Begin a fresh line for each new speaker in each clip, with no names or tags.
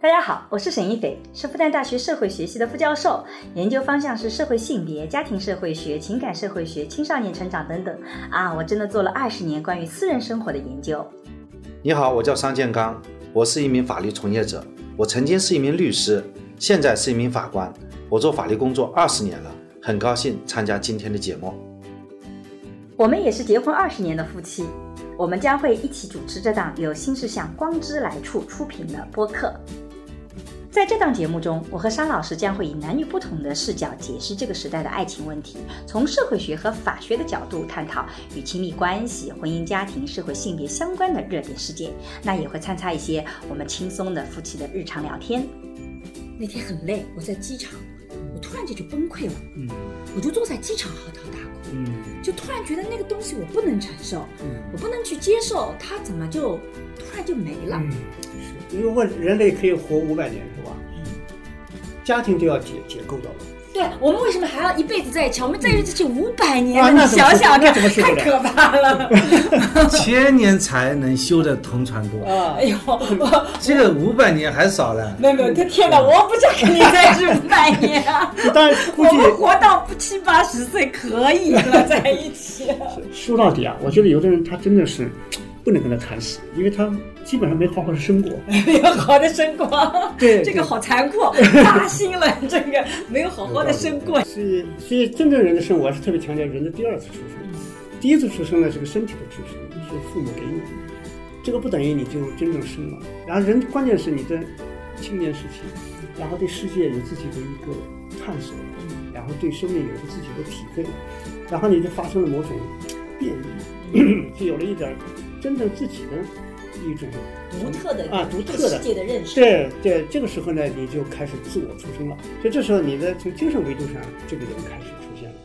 大家好，我是沈一斐，是复旦大学社会学系的副教授，研究方向是社会性别、家庭社会学、情感社会学、青少年成长等等。啊，我真的做了二十年关于私人生活的研究。
你好，我叫商建刚，我是一名法律从业者，我曾经是一名律师，现在是一名法官，我做法律工作二十年了，很高兴参加今天的节目。
我们也是结婚二十年的夫妻，我们将会一起主持这档由新世相光之来处出品的播客。在这档节目中，我和沙老师将会以男女不同的视角解释这个时代的爱情问题，从社会学和法学的角度探讨与亲密关系、婚姻家庭、社会性别相关的热点事件。那也会参差一些我们轻松的夫妻的日常聊天。
那天很累，我在机场，我突然间就崩溃了，嗯，我就坐在机场嚎啕大哭，嗯，就突然觉得那个东西我不能承受，嗯，我不能去接受，它怎么就突然就没了？嗯，
是嗯因为问人类可以活五百年是吧？家庭就要解解构到了，
对我们为什么还要一辈子在一起？我们在一起五百年
啊
了，
那
你
怎么
想想
那
看，
怎么受得
太
了
可怕 了！
千年才能修得同船渡，
啊
哎呦，我
这个五百年还少了。
没有没有，天哪！我不想跟你在一起五百年啊！
当然嗯 估
我
计
们活到七八十岁可以了，在一 起。
说到底啊，我觉得有的人他真的是不能跟他谈死，因为他基本上没好好的生过。
没有好的生过，
对
这个好残酷，扎心了，这个没有好好的生过。
所以，所以真正人的生活，我是特别强调人的第二次出生。第一次出生呢是个身体的出生，是父母给你的，这个不等于你就真正生了。然后人关键是你的青年时期，然后对世界有自己的一个探索，然后对生命有了自己的体会，然后你就发生了某种变异，就 有了一点真正自己的一种
独特的
啊独特的
对世界的认识，
对对，这个时候呢，你就开始自我出生了。所以这时候你的从精神维度上，这个人开始出现了。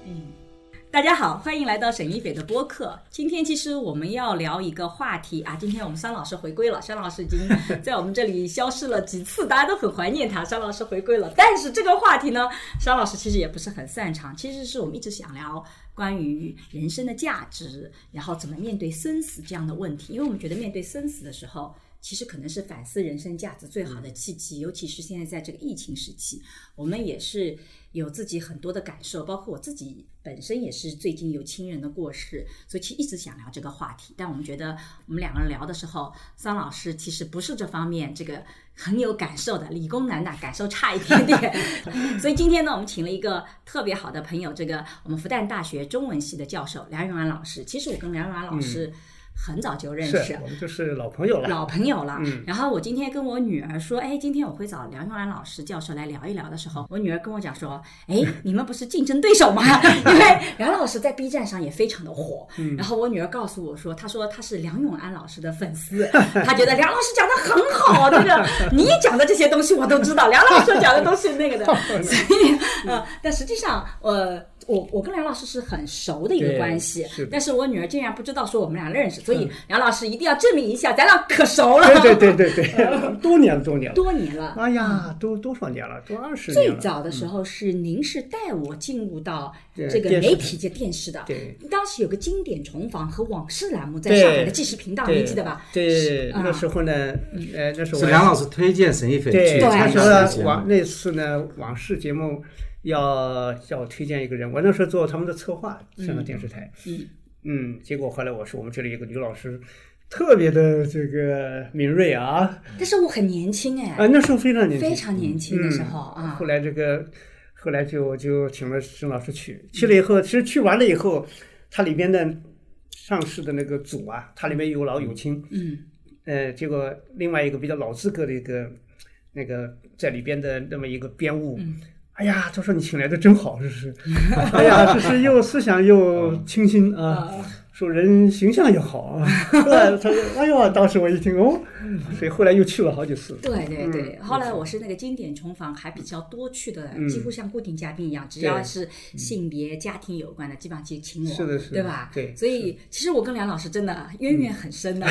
大家好，欢迎来到沈一斐的播客。今天其实我们要聊一个话题啊，今天我们商老师回归了，商老师已经呃在我们这里消失了几次，大家都很怀念他。商老师回归了，但是这个话题呢，商老师其实也不是很擅长，其实是我们一直想聊关于人生的价值，然后怎么面对生死这样的问题，因为我们觉得面对生死的时候。其实可能是反思人生价值最好的契机，尤其是现在在这个疫情时期，我们也是有自己很多的感受，包括我自己本身也是最近有亲人的过世，所以其实一直想聊这个话题。但我们觉得我们两个人聊的时候，桑老师其实不是这方面这个很有感受的，理工男呐，感受差一点点。 所以今天呢，我们请了一个特别好的朋友，这个我们复旦大学中文系的教授梁永安老师。其实我跟梁永安老师很早就认识，
我们就是老朋友了。
老朋友了。
嗯
然后我今天跟我女儿说，哎，今天我会找梁永安老师教授来聊一聊的时候，嗯我女儿跟我讲说，哎，你们不是竞争对手吗？ 因为梁老师在 B 站上也非常的火。然后我女儿告诉我说，她说她是梁永安老师的粉丝， 她觉得梁老师讲的很好，这个你讲的这些东西我都知道，梁老师讲的都是那个的，所以呃，但实际上呃。我我跟梁老师是很熟的一个
对
关系，
是的
但是我女儿竟然不知道说我们俩认识，所以梁老师一定要证明一下，咱俩可熟了，
嗯对对对对对，多年了，多年 了。
多年了。
哎呀，都多少年了？都二十年
嗯最
了。嗯
早的时候是您是带我进入到
对
这个
电视
媒
台
体界电视的，
对
当时有个经典重访和往事栏目在上海的
对
纪实频道，
对
您记得吧？
对，
啊
那时候呢，呃，那时候
是梁老师推荐沈一斐
对，
去
他
参
说
加这个节
往
目。
那次呢往事节目要叫我推荐一个人，我那时候做他们的策划，上了电视台。
嗯
嗯，结果后来我说我们这里有个女老师，特别的这个敏锐啊，
但是我很年轻
啊，
哎，
那时候非常年轻，嗯
非常年轻的时候啊
后，来这个，后来就就请了沈老师去，去了以后，其实去完了以后，它里边的上市的那个组啊，它里面有老有青，
嗯，
呃，结果另外一个比较老资格的一个那个在里边的那么一个编务，哎呀，他说你请来的真好，这是，哎呀，这是又思想又清新啊。说人形象也好啊，后来他说，哎呦，当时我一听哦，所以后来又去了好几次。
对对对，
嗯
后来我是那个经典重访还比较多去的，
嗯
几乎像固定嘉宾一样，只要是性别、家庭有关的，基本上就请我，
是的是的嗯
对吧？
对
所以其实我跟梁老师真的渊源很深的。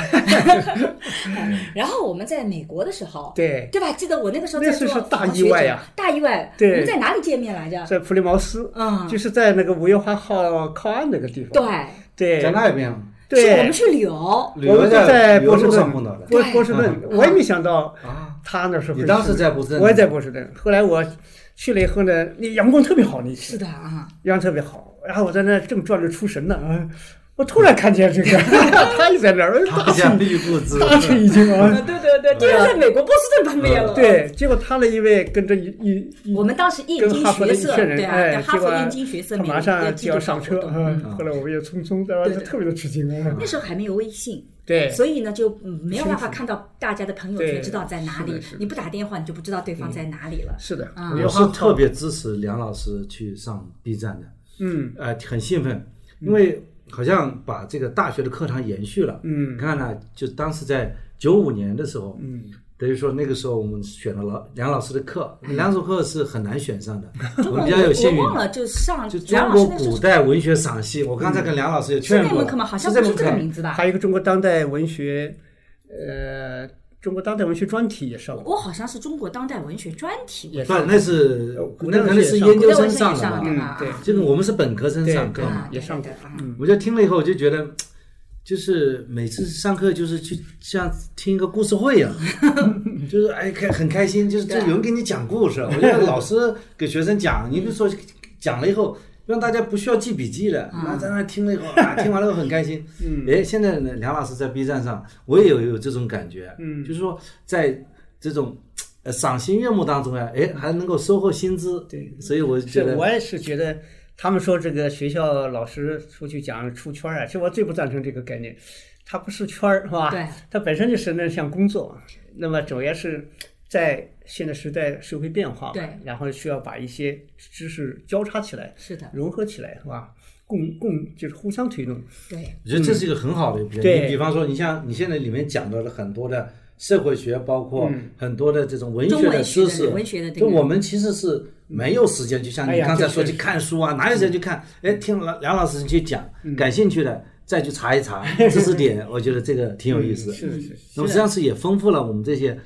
然后我们在美国的时候，
嗯对，
对吧？记得我那个时候在
那次
做
是大
访
意外
学者
呀，
大意外。
对
我们在哪里见面来着？
在普利茅斯，
嗯
就是在那个五月花号靠岸那个地方。
对，
对
在那边，
是我们
对，
去旅游，
旅游
们就在
旅
波
游
士
路上
顿
碰到的
波
对
波士顿，我也没想到
啊。
他那时候
你当时在波士顿，
我也在波士顿，后来我去了以后呢，那阳光特别好，那期
是的啊，
阳光特别好，然后我在那正转着出神呢，啊，我突然看见这 个，他也在那儿，我哎
他
大
像
吃
绿裤子，
大吃一惊 啊！嗯
对对对，这个在美国波士顿旁边了。，
对，结果他的一位跟着一一一
我们当时燕京学社，对啊，
哎
对哈
结
佛
果
燕京学社
他
美国
马
的
上
基
就
督
要
教
上
活
车，
动，
嗯
嗯，
后来我们也匆匆，对吧？
对对
就特别的吃惊啊！
那时候还没有微信。
对，
所以呢，就嗯没有办法看到大家的朋友圈，
对
知道在哪
是
里
的嗯是。的
你不打电话，你就不知道对方在哪里了。
是的，
啊
我是特别支持梁老师去上 B 站的，
嗯
呃，很兴奋，因为好像把这个大学的课堂延续了。你
嗯
看呢，就当时在九五年的时候，
嗯，
等于说那个时候我们选了老梁老师的课，梁老师课是很难选上的，我
中
们
国
比较有幸
我
运。
忘了，就上
就
梁
中
老师
国
那时候
古代文学赏析，我刚才跟梁老师也
是
劝
那
过
门，课吗？好像
是
不是
这门
这个
课
名字吧
还？有一个中国当代文学，呃，中国当代文学专题也上过，
我好像是中国当代文学专题，
也
不，
上过
那是
呃古代
那可
文
能
学
是
上
研
过
究
古代文学
生上的
上
吧
的？吧？
嗯
啊
这个我们是本科生
对
哦上课
对
嘛，
啊
也上
对
过
对对啊
嗯，
我就听了以后，我就觉得，就是每次上课就是去像听一个故事会一样， 就是哎开很开心，就是
对
啊
有人给你讲故事。我觉得老师给学生讲，你比如说讲了以后，让大家不需要记笔记了，那在那听了以后啊，听完了以后很开心。
嗯
哎，现在呢，梁老师在 B 站上，我也有有这种感觉，
嗯
就是说在这种。呃，赏心悦目当中呀，哎，还能够收获薪资，
对
所以我就觉
是
得
我也是觉得，他们说这个学校老师出去讲出圈儿啊，其实我最不赞成这个概念，它不是圈儿是吧？
对，
它本身就是那项工作，那么主要是在现在时代社会变化嘛，
对
然后需要把一些知识交叉起来，
是的，
融合起来是吧？共共就是互相推动，
对，
我觉得这是一个很好的一个比
嗯
较。
对
你比方说，你像你现在里面讲到了很多的社会学，包括
嗯
很多的这种文学
中文
的
学
知
的
识，
文学的这
就
个
我们其实是没有时间，就像
哎
你
呀
刚才
这
说
确
去
实
看书啊，哪有时间去看？哎，听了梁老师去讲，
嗯
感兴趣的再去查 一查知识点，我觉得这个挺有意
嗯
思。嗯
是是是，
那么实际上是也丰富了我们这些。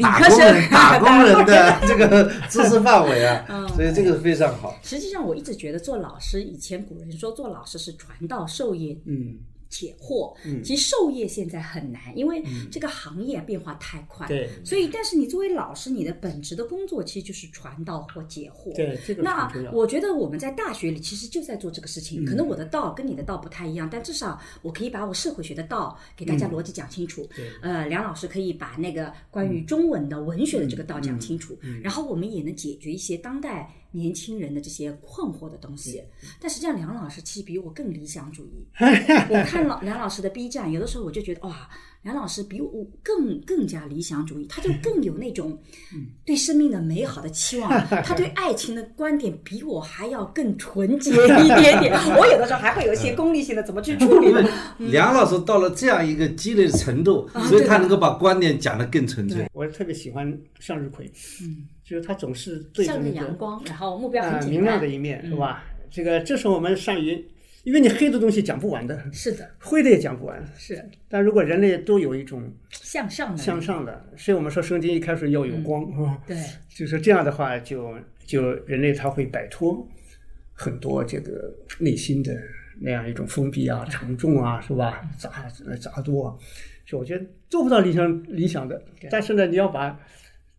打
理科
工
生
人，打工人 的这个知识范围
嗯
啊，所以这个非常好。
实际上我一直觉得做老师，以前古人说做老师是传道授业
嗯，
解惑，其实授业现在很难，因为这个行业变化太快。
嗯对
所以但是你作为老师，你的本职的工作其实就是传道或解惑。
对，这个
那
很重要。嗯
我觉得我们在大学里其实就在做这个事情，可能我的道跟你的道不太一样，但至少我可以把我社会学的道给大家
嗯
逻辑讲清楚。呃，梁老师可以把那个关
嗯
于中文的文学的这个道讲清楚，然后我们也能解决一些当代年轻人的这些困惑的东西。但实际上，梁老师其实比我更理想主义。 我看了梁老师的 B 站，有的时候我就觉得哇，梁老师比我更更加理想主义，他就更有那种
嗯
对生命的美好的期望， 他对爱情的观点比我还要更纯洁一点点。 我有的时候还会有一些功利性的怎么去处理
因。为
嗯
梁老师到了这样一个积累的程度，
啊
所以
对
他
的
能够把观点讲得更纯粹。
我特别喜欢向日葵，
嗯，
就是他总是对着
向
那
着
个
阳光，然后目标
啊
很嗯简
明亮的
单。
一面是吧？这个这是我们善于，因为你黑的东西讲不完的，
是的，
灰的也讲不完。
是
但如果人类都有一种
向嗯上的。
向上的，所以我们说圣经一开始要有光，是吧？
对，
就是这样的话，就就人类他会摆脱很多这个内心的那样一种封闭啊、沉重啊，是吧？杂杂多、啊，就我觉得做不到理想理想的，但是呢，你要把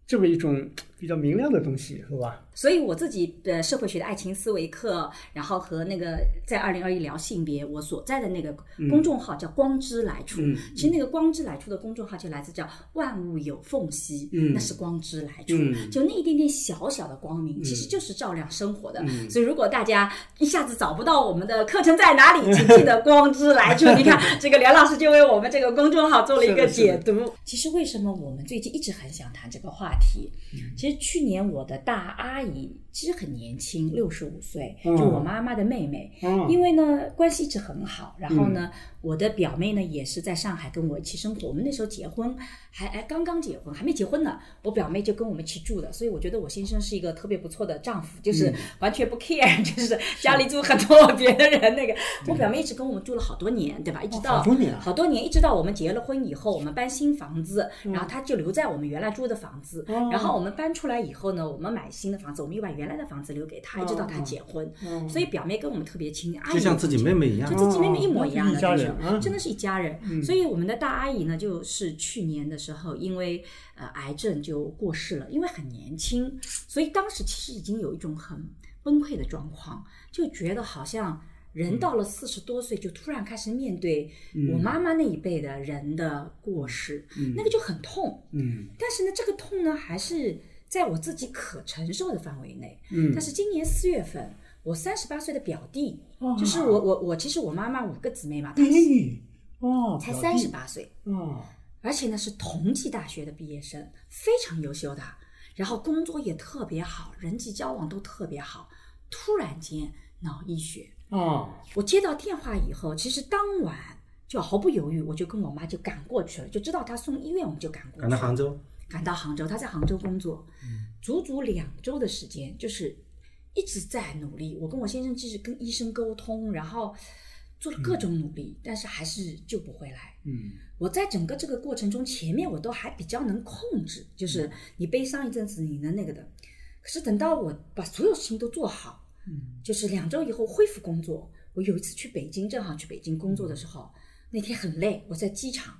这么一种比较明亮的东西，是吧？
所以我自己的社会学的爱情思维课，然后和那个在二零二一聊性别，我所在的那个公众号叫“光之来处”，
嗯
其实那个“光之来处”的公众号就来自叫“万物有缝隙”，
嗯
那是光之来处，
嗯
就那一点点小小的光明，其实就是照亮生活的。
嗯
所以如果大家一下子找不到我们的课程在哪里，请记得“光之来处”。 你看，这个梁老师就为我们这个公众号做了一个
是的是
解
的
读。其实为什么我们最近一直很想谈这个话题？
嗯
其实去年我的大阿姨其实很年轻，六十五岁，就
嗯
我妈妈的妹妹。
嗯
因为呢，关系一直很好。然后呢，我的表妹呢也是在上海跟我一起生活。我们那时候结婚，还哎刚刚结婚，还没结婚呢。我表妹就跟我们一起住的，所以我觉得我先生是一个特别不错的丈夫，
嗯
就是完全不 care，、就是家里住很多别的人那个。我表妹一直跟我们住了好多年，对吧？一直到、
好多年啊
好多年，一直到我们结了婚以后，我们搬新房子，然后她就留在我们原来租的房子。
哦
然后我们搬出来以后呢，我们买新的房子，我们又把原来的房子留给她，一直到她结婚。所以表妹跟我们特别亲，阿姨
就像自己妹妹一样
就，自己妹妹一模一样的
哦那是一家
感
人嗯
觉。
啊
真的是一家人。所以我们的大阿姨呢，就是去年的时候，因为呃癌症就过世了，因为很年轻，所以当时其实已经有一种很崩溃的状况，就觉得好像。
嗯
人到了四十多岁，就突然开始面对我妈妈那一辈的人的过世，那个就很痛。
嗯
但是呢，这个痛呢，还是在我自己可承受的范围内。
嗯
但是今年四月份，我三十八岁的表弟，
哦
就是我我我，其实我妈妈五个姊妹嘛，她
嗯
哎，哦，
才
表
三
弟
十八岁，
哦，
而且呢是同济大学的毕业生，非常优秀的，然后工作也特别好，人际交往都特别好，突然间脑溢血。
哦，
我接到电话以后，其实当晚就毫不犹豫，我就跟我妈就赶过去了，就知道她送医院，我们就赶过去了。
赶到杭州，
赶到杭州，他在杭州工作，
嗯
足足两周的时间，就是一直在努力。我跟我先生就是跟医生沟通，然后做了各种努力，但是还是救不回来。
嗯
我在整个这个过程中，前面我都还比较能控制，
嗯
就是你悲伤一阵子，你能那个的。可是等到我把所有事情都做好，
嗯
就是两周以后恢复工作。我有一次去北京，正好去北京工
嗯
作的时候，那天很累，我在机场，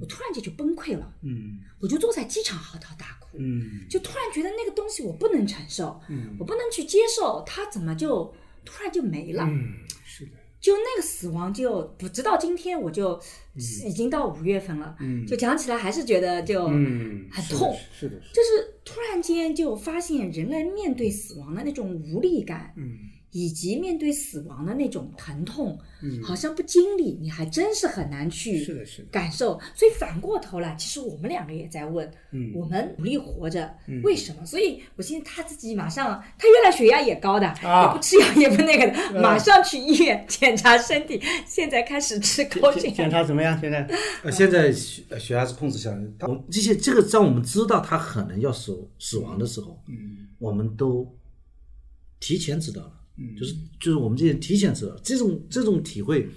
我突然间就崩溃了，
嗯
我就坐在机场嚎啕大哭。
嗯
就突然觉得那个东西我不能承受，
嗯
我不能去接受，它怎么就突然就没了？
嗯，是的，
就那个死亡就不直到今天，我就已经到五月份了，
嗯
就讲起来还是觉得就、
嗯，
很
是的
痛
是的，是的，
就是突然间就发现人类面对死亡的那种无力感，
嗯
以及面对死亡的那种疼痛，
嗯，
好像不经历你还真是很难去
是的，是的，
感受。所以反过头来，其实我们两个也在问，
嗯
我们努力活着，
嗯
为什么？所以我现在他自己马上，他原来血压也高的，
啊嗯
也不吃药，也不那个的，马上去医院检查身体，现在开始吃高
检
血
检
压。
查怎么嗯样？现在
呃，现在血呃血压是控制下来的。他这些这个，在我们知道他可能要死死亡的时候，
嗯
我们都提前知道了，
嗯
就是就是我们这些人提前知道这种这种体会，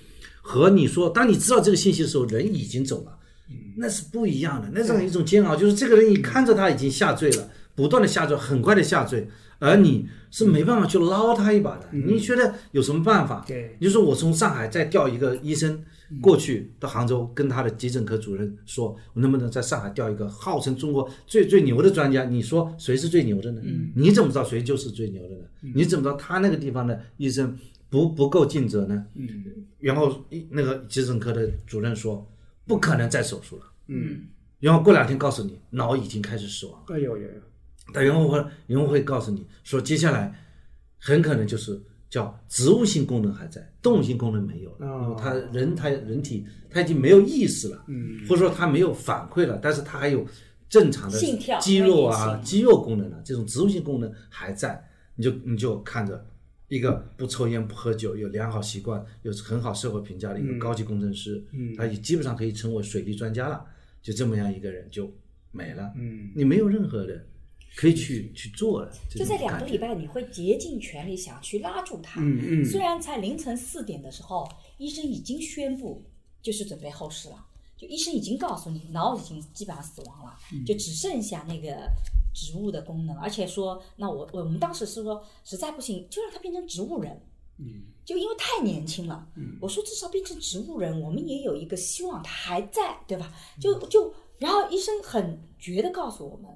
和你说当你知道这个信息的时候，人已经走了，
嗯
那是不一样的，那种一种煎熬，就是这个人你看着 他已经下坠了，不断的下坠，很快的下坠，而你是没办法去捞他一把的，你觉得有什么办法？
对
你就说我从上海再调一个医生过去到杭州，跟他的急诊科主任说，我能不能在上海调一个号称中国最最牛的专家？你说谁是最牛的呢？你怎么知道谁就是最牛的呢？你怎么知道他那个地方的医生不不够尽责呢？
嗯
然后一那个急诊科的主任说，不可能再手术了。
嗯，
然后过两天告诉你，脑已经开始死亡了。
哎呦呦呦，
但然后会然后会告诉你说，接下来很可能就是叫植物性功能还在，动物性功能没有了，
哦
因为他人他人体他已经没有意识了，
嗯
或者说他没有反馈了，但是他还有正常的
心跳
肌肉
关
啊
联性
肌肉功能啊，这种植物性功能还在，你就你就看着。一个不抽烟不喝酒，有良好习惯，有很好社会评价的一个
嗯
高级工程师，
嗯
他也基本上可以成为水利专家了。就这么样一个人就没了，
嗯
你没有任何的可以去去做的。这
嗯就
种
在两个
感觉
礼，拜，你会竭尽全力想去拉住他。
嗯嗯
虽然在凌晨四点的时候，医生已经宣布就是准备后事了，就医生已经告诉你脑已经基本上死亡了，就只剩下那个植物的功能，而且说那我我们当时是说实在不行就让他变成植物人。
嗯
就因为太年轻了，
嗯
我说至少变成植物人，我们也有一个希望，他还在，对吧？就就，然后医生很绝的告诉我们，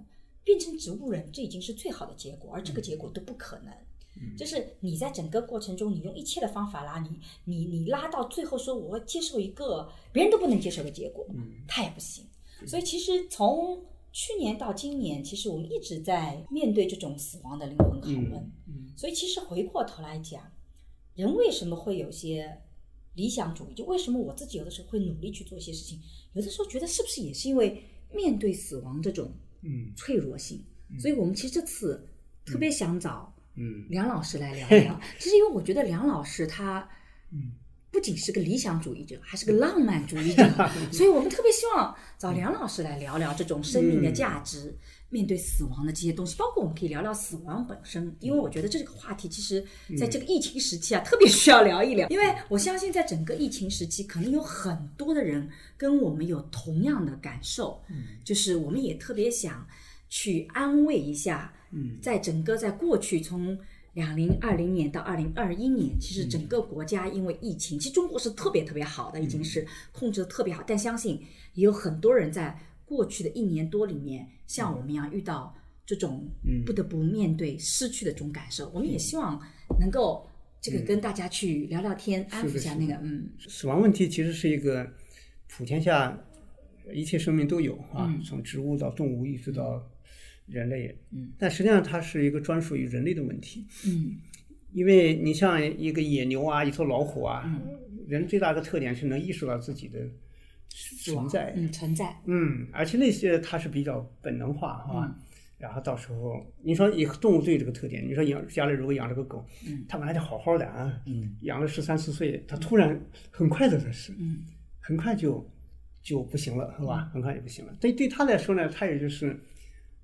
变成植物人这已经是最好的结果，而这个结果都不可能。
嗯
就是你在整个过程中，你用一切的方法拉你，你你拉到最后说我要接受一个别人都不能接受的结果，
嗯
他也不行。所以其实从去年到今年，其实我们一直在面对这种死亡的灵魂拷问。
嗯
所以其实回过头来讲，人为什么会有些理想主义？就为什么我自己有的时候会努力去做一些事情，有的时候觉得是不是也是因为面对死亡这种
嗯
脆弱性？所以我们其实这次特别想找
嗯
梁老师来聊 聊，其实因为我觉得梁老师他
嗯
不仅是个理想主义者，还是个 浪漫主义者，所以我们特别希望找梁老师来聊聊这种生命的价值，面对死亡的这些东西，包括我们可以聊聊死亡本身，因为我觉得这个话题其实在这个疫情时期啊，特别需要聊一聊，因为我相信在整个疫情时期，可能有很多的人跟我们有同样的感受，就是我们也特别想去安慰一下，
嗯
在整个在过去从两零二零年到二零二一年，其
嗯
实整个国家因为疫情，其实中国是特别特别好的，已
嗯
经是控制的特别好。但相信也有很多人在过去的一年多里面，像我们一
嗯
样遇到这种不得不面对失去的这种感受。我们也希望能够这
嗯
个跟大家去聊聊天，安抚一下那个嗯
死亡问题其实是一个普天下一切生命都有啊，从植物到动物一直到人类，嗯，但实际上它是一个专属于人类的问题，
嗯
因为你像一个野牛啊，一头老虎啊，人最大的特点是能意识到自己的存在，
嗯存在
嗯，而且那些它是比较本能化哈、然后到时候你说以动物最这个特点，你说养家里如果养了个狗，
嗯
它本来就好好的啊，养了十三四岁，它突然很快的它是，
嗯
很快就就不行了，是吧？很快就不行了。对对他来说呢，他也就是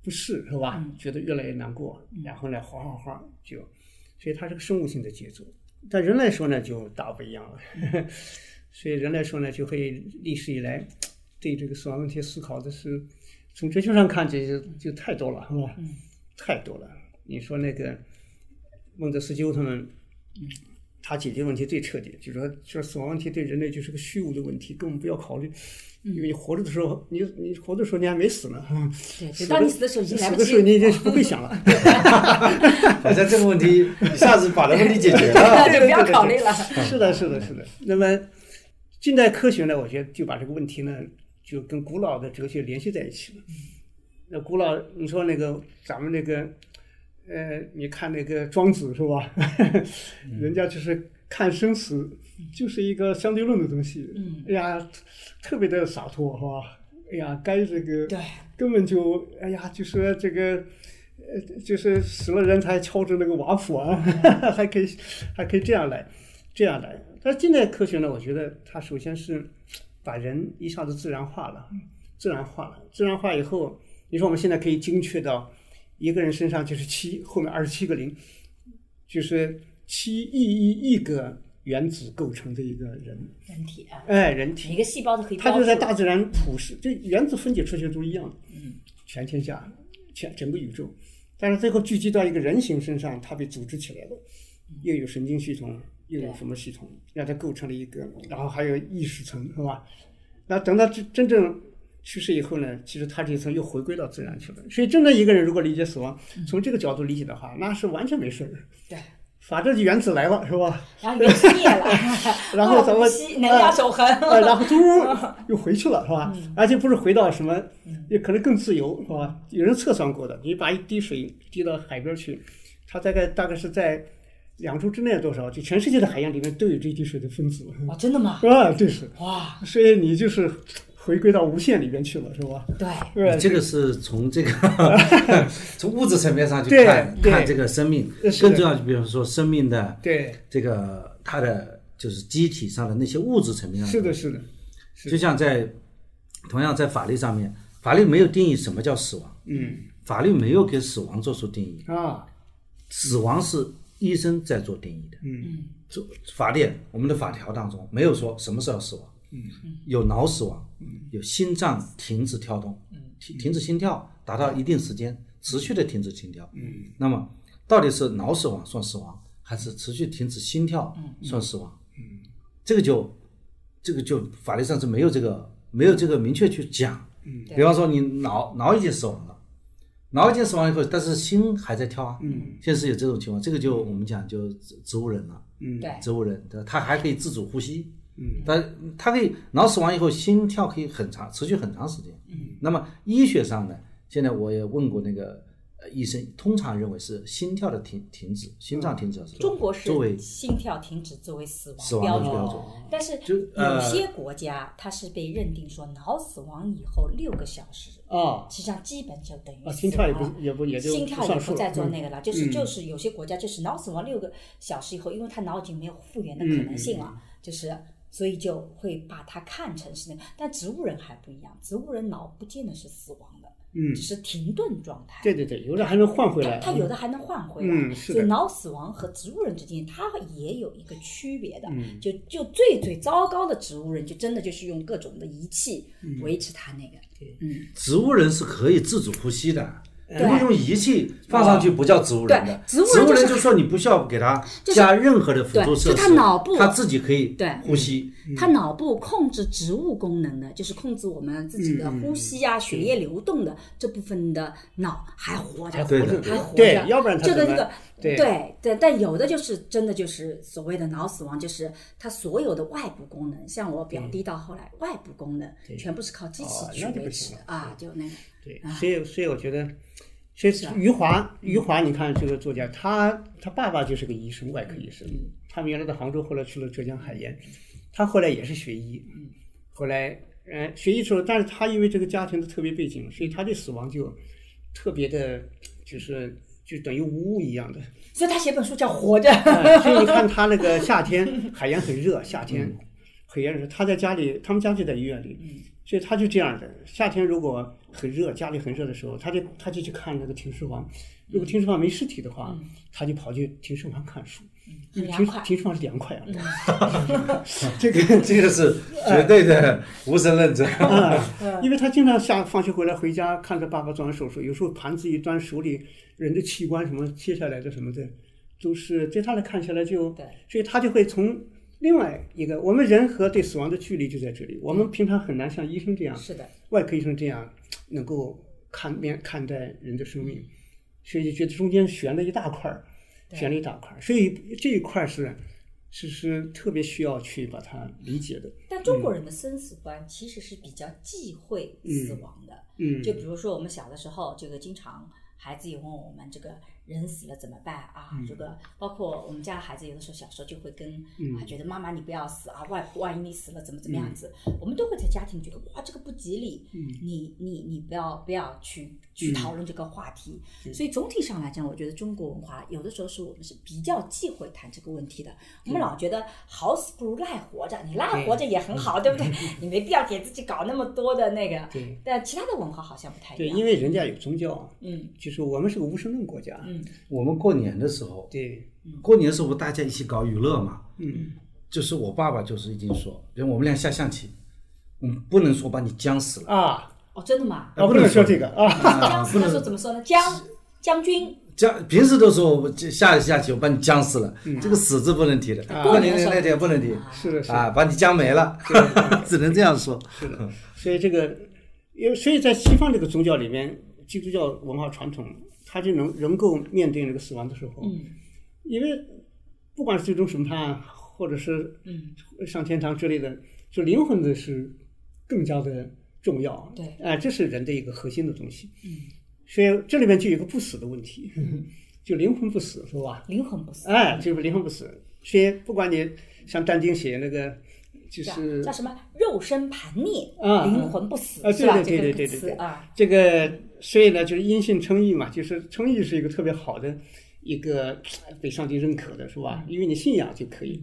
不适，是吧？觉得越来越难过，然后呢，哗哗哗就，所以它是个生物性的节奏。但人来说呢，就大不一样了。 所以人来说呢，就会历史以来对这个死亡问题思考的是，从哲学上看，这就就太多了，是吧？太多了。你说那个孟德斯鸠他们，他解决问题最彻底，就说说死亡问题对人类就是个虚无的问题，根本不要考虑，
嗯
因为你活着的时候，你你活着的时候你还没死呢，
对对，
死
嗯当你死的时候已经来
死
不
的
及嗯
时候你 已经不会想了，
好像这个问题一下子把那问题解决了。
啊
了，就不要考虑了。
是的，是的，是的。那么，近代科学呢，我觉得就把这个问题呢，就跟古老的哲学联系在一起了。那古老，你说那个咱们那个，呃，你看那个庄子是吧？ 人家就是看生死，就是一个相对论的东西。嗯，哎呀，特别的洒脱是吧？哎呀，该这个
对，
根本就哎呀，就说这个。呃，就是死了人才敲着那个瓦釜啊， 还可以还可以这样来，这样来。但是近代科学呢，我觉得它首先是把人一下子自然化了，自然化了，自然化以后，你说我们现在可以精确到一个人身上就是七，后面二十七个零，就是七亿亿亿个原子构成的一个人，
人体啊，
哎，人体
每个细胞都可以标
它
注。
就在大自然普世，这原子分解出去都一样，嗯，全天下，全整个宇宙，但是最后聚集到一个人形身上，它被组织起来了，又有神经系统，又有什么系统，让它构成了一个，然后还有意识层，是吧？那等到真真正去世以后呢，其实它这一层又回归到自然去了。所以，真正一个人如果理解死亡，从这个角度理解的话，那是完全没事儿，
对，
反正原子来了，是吧？
然后元气灭了，
然后咱们
二五七能量守恒，
呃，然后嘟又回去了，是吧？而且不是回到什么，也可能更自由，是吧？有人测算过的，你把一滴水滴到海边去，它大概大概是在两周之内多少？就全世界的海洋里面都有这滴水的分子，
哦，真的吗？
是吧？ 这是，
哇，
所以你就是回归到无限里面去了，是吧？嗯
对，
对，
这个是从这个 从物质层面上去
对
看
对
看这个生命，
是的
更重要就比如说生命的
对，
这个它的就是机体上的那些物质层面上
是的，是的，
就像在同样在法律上面，法律没有定义什么叫死亡，
嗯
法律没有给死亡做出定义，
啊，
死亡是医生在做定义的。
嗯，
做法律我们的法条当中没有说什么时候死亡，嗯，有脑死亡，有心脏停止跳动，停停止心跳达到一定时间，持续的停止心跳，嗯，那么到底是脑死亡算死亡，还是持续停止心跳算死亡？嗯，这个就这个就法律上是没有这个没有这个明确去讲，嗯，比方说你脑脑已经死亡了。脑已经死亡以后，但是心还在跳啊。嗯，现在是有这种情况，这个就我们讲就植植物人了。
嗯
对
植物人，对吧他还可以自主呼吸，嗯，但他可以脑死亡以后心跳可以很长，持续很长时间，嗯，那么医学上呢，现在我也问过那个呃医生，通常认为是心跳的停停止，心脏停止是吧
中国
作为
是心跳停止作为死
死
亡
亡的
准，
标准，
但是
就
有
呃
些国家它是被认定说脑死亡以后六个小时，
啊
实际上基本就等于死
啊，
亡
心跳也
了
不也不也就
心跳也
算数
不
了
再做那个了，就是
嗯
就是有些国家就是脑死亡六个小时以后，因为他脑已经没有复原的可能性了，
嗯
就是所以就会把它看成是那个。但植物人还不一样，植物人脑不见得是死亡的，
嗯
只是停顿状态。
对对对，有的还能换回来，
它它有的还能换回来，
嗯是的
就脑死亡和植物人之间，它也有一个区别的。
嗯
就就最最糟糕的植物人，就真的就是用各种的仪器维持它那个。嗯，啊
植物人是可以自主呼吸的，如果用仪器放上去不叫植物人的
哦对，植物人
植物
就是
人就说你不需要给他
就是
加任何的辅助
对
设施，
就他脑部
他自己可以
对
呼吸，
它脑部控制植物功能的，就是控制我们自己
嗯
的呼吸啊、血液流动的这部分的脑还活着，
对
还
的，
活着，
对要不然它
这个
怎
这
么
个
对
对对，但有的就是真的就是所谓的脑死亡，就是它所有的外部功能，像我表弟到后来外部功能全部是靠机器
嗯哦
去
那就
维
不
持
行
的啊，就那个
对，所以所以我觉得，所以余华，余华，你看这个作家，他他爸爸就是个医生，外科医生，他们原来在杭州，后来去了浙江海盐，他后来也是学医，后来嗯学医之后，但是他因为这个家庭的特别背景，所以他对死亡就特别的，就是就等于无物一样的，
所以他写本书叫《活着》，
哎 所以你看他那个夏天，海盐很热，夏
嗯
天很炎热，他在家里，他们家就在医院里，所以他就这样的。夏天如果很热，家里很热的时候，他就他就去看那个停尸房。如果停尸房没尸体的话，他就跑去停尸房看书，因为
嗯很
停
凉快
停尸房是凉快啊。
这个这个是绝对的无神论者，
嗯
啊，因为他经常下放学回来回家看着爸爸做完手术，有时候盘子一端，手里人的器官什么切下来的什么的，都是对他来看起来就
对，
所以他就会从另外一个，我们人和对死亡的距离就在这里，我们平常很难像医生这样，
是的，
外科医生这样能够看面看待人的生命，所以就觉得中间悬了一大块儿，悬了一大块儿，所以这一块儿是是是特别需要去把它理解的，
但中国人的生死观其实是比较忌讳死亡的。
嗯，
就比如说我们小的时候，这个经常孩子也问我们这个人死了怎么办啊？这个包括我们家孩子有的时候小时候就会跟、啊觉得妈妈你不要死啊，万万一你死了怎么怎么样子，我们都会在家庭觉得哇这个不吉利，
嗯
你你你不要不要去去讨论这个话题。所以总体上来讲，我觉得中国文化有的时候是我们是比较忌讳谈这个问题的，我们老觉得好死不如赖活着，你赖活着也很好，对不对？你没必要给自己搞那么多的那个。
对。
但其他的文化好像不太一
对，
样。
因为人家有宗教啊，
嗯，
就是我们是个无神论国家，
嗯
我们过年的时候，
对，
过年的时候不大家一起搞娱乐嘛，
嗯，
就是我爸爸就是已经说，比如我们俩下象棋，我们不能说把你僵死了，
啊，
哦，真的吗？
啊，不能说这个 啊，
僵尸的时候怎么说呢？将将军
僵平时都说我下一下棋我把你僵死了，这个死字不能提的，过年那天不能提，
是的，是的，
啊，把你僵没了， 只能这样说。
所以这个，因为所以在西方这个宗教里面，基督教文化传统，它就能能够面对那个死亡的时候，嗯，因为不管是最终审判，或者是嗯上天堂之类的，就灵魂的是更加的重要，
对
啊、这是人的一个核心的东西，嗯，所以这里面就有一个不死的问题， 就灵魂不死，是吧？
灵魂不死，
哎，就是灵魂不死。所以不管你像但丁写那个，就
叫
是
啊叫什么肉身盘孽，
啊
灵魂不死，
啊，
是
对
吧？
对对
这
对对对
个
对
词啊，
这个所以呢，就是因信称义嘛，就是称义是一个特别好的一个呃被上帝认可的，是
嗯
吧？因为你信仰就可以。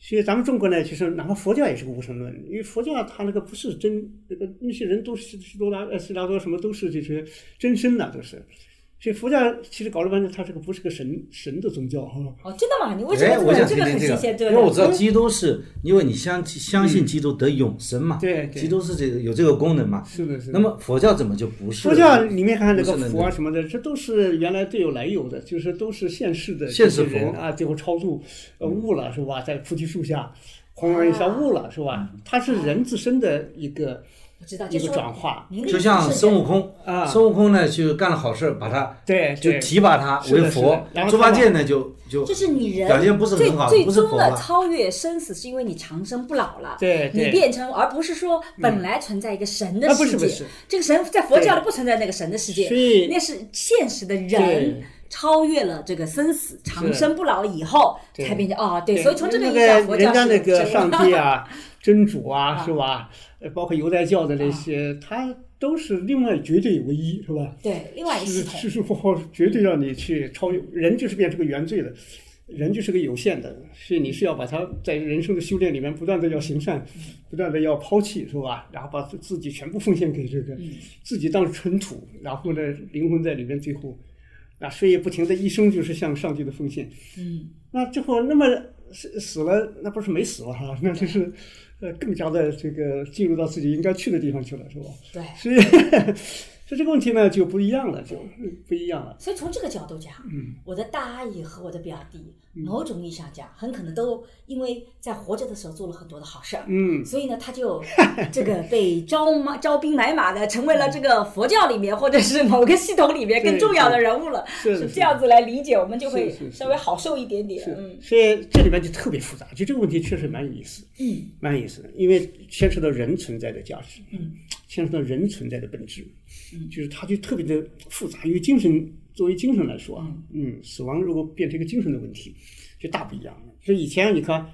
所以咱们中国呢，其实哪怕佛教也是个无神论，因为佛教它那个不是真，那个那些人都是悉多拉呃悉达多什么都是就是真身呐、都是。所以佛教其实搞了半天，它这个不是个神神的宗教哈、
哦，真的吗？你为什么
哎，
这
我
个
想
这个
听听
很
这
新鲜？
个，
对嗯
因为我
不
知道基督是因为你相相信基督得永生嘛，
对对
基督是这个有这个功能嘛。
是的，是的。
那么佛教怎么就不是？
佛教里面看那个
不是
佛啊什么的，这都是原来对有来由的，就是都是现世的
现世佛
这些人啊，最后超度呃悟了是吧？在菩提树下黄然一下
啊
悟了是吧？它是人自身的一个
我知道，就
一个
说
转化，
您的
就像
意思是
孙悟空
啊
孙悟空呢去干了好事儿，把他
对
就
对
提拔他
是的
为
是的
佛
然。后
猪八
他把
戒呢就就
就是你人
表现不是很好
最
不是
最
佛
终的
吧
超越生死，是因为你长生不老了，
对对嗯
你变成，而不是说本来存在一个神的
啊不
世
是
界，
不是
这个神在佛教里
对
不存在那个神的世界
所，以
那是现实的人
对
超越了这个生死，长生不老以后
对
才变成哦，对，所以从这个
那
意义上，
个
佛
人
教
家
是
那个上帝啊、真主
啊
啊是吧？呃，包括犹太教的那些，它都是另外绝对唯一是吧？
对另外一个系
是
统，
是是，我绝对让你去超越人，就是变成个原罪的，人就是个有限的，所以你是要把它在人生的修炼里面不断的要行善，不断的要抛弃，是吧？然后把自自己全部奉献给这个，自己当尘土，然后呢，灵魂在里面最后，那所以不停的一生就是向上帝的奉献。
嗯，
那最后那么死死了，那不是没死了哈、那就是。呃，更加的这个进入到自己应该去的地方去了，是吧？
对。
所以，所以这个问题呢就不一样了，就嗯不一样了。
所以从这个角度讲，
嗯
我的大阿姨和我的表弟，某种意义上讲，很可能都因为在活着的时候做了很多的好事儿，
嗯，
所以呢，他就 这个被招马招兵买马的，成为了这个佛教里面或者是某个系统里面更重要的人物了，
是是
这样子来理解，我们就会
是是是
稍微好受一点点。嗯
是，所以这里面就特别复杂，就这个问题确实蛮有意思，
嗯，
蛮有意思的，因为牵扯到人存在的价值，
嗯，
牵扯到人存在的本质，
嗯
就是它就特别的复杂，因为精神作为精神来说啊，嗯，死亡如果变成一个精神的问题，就大不一样了。就以前你看。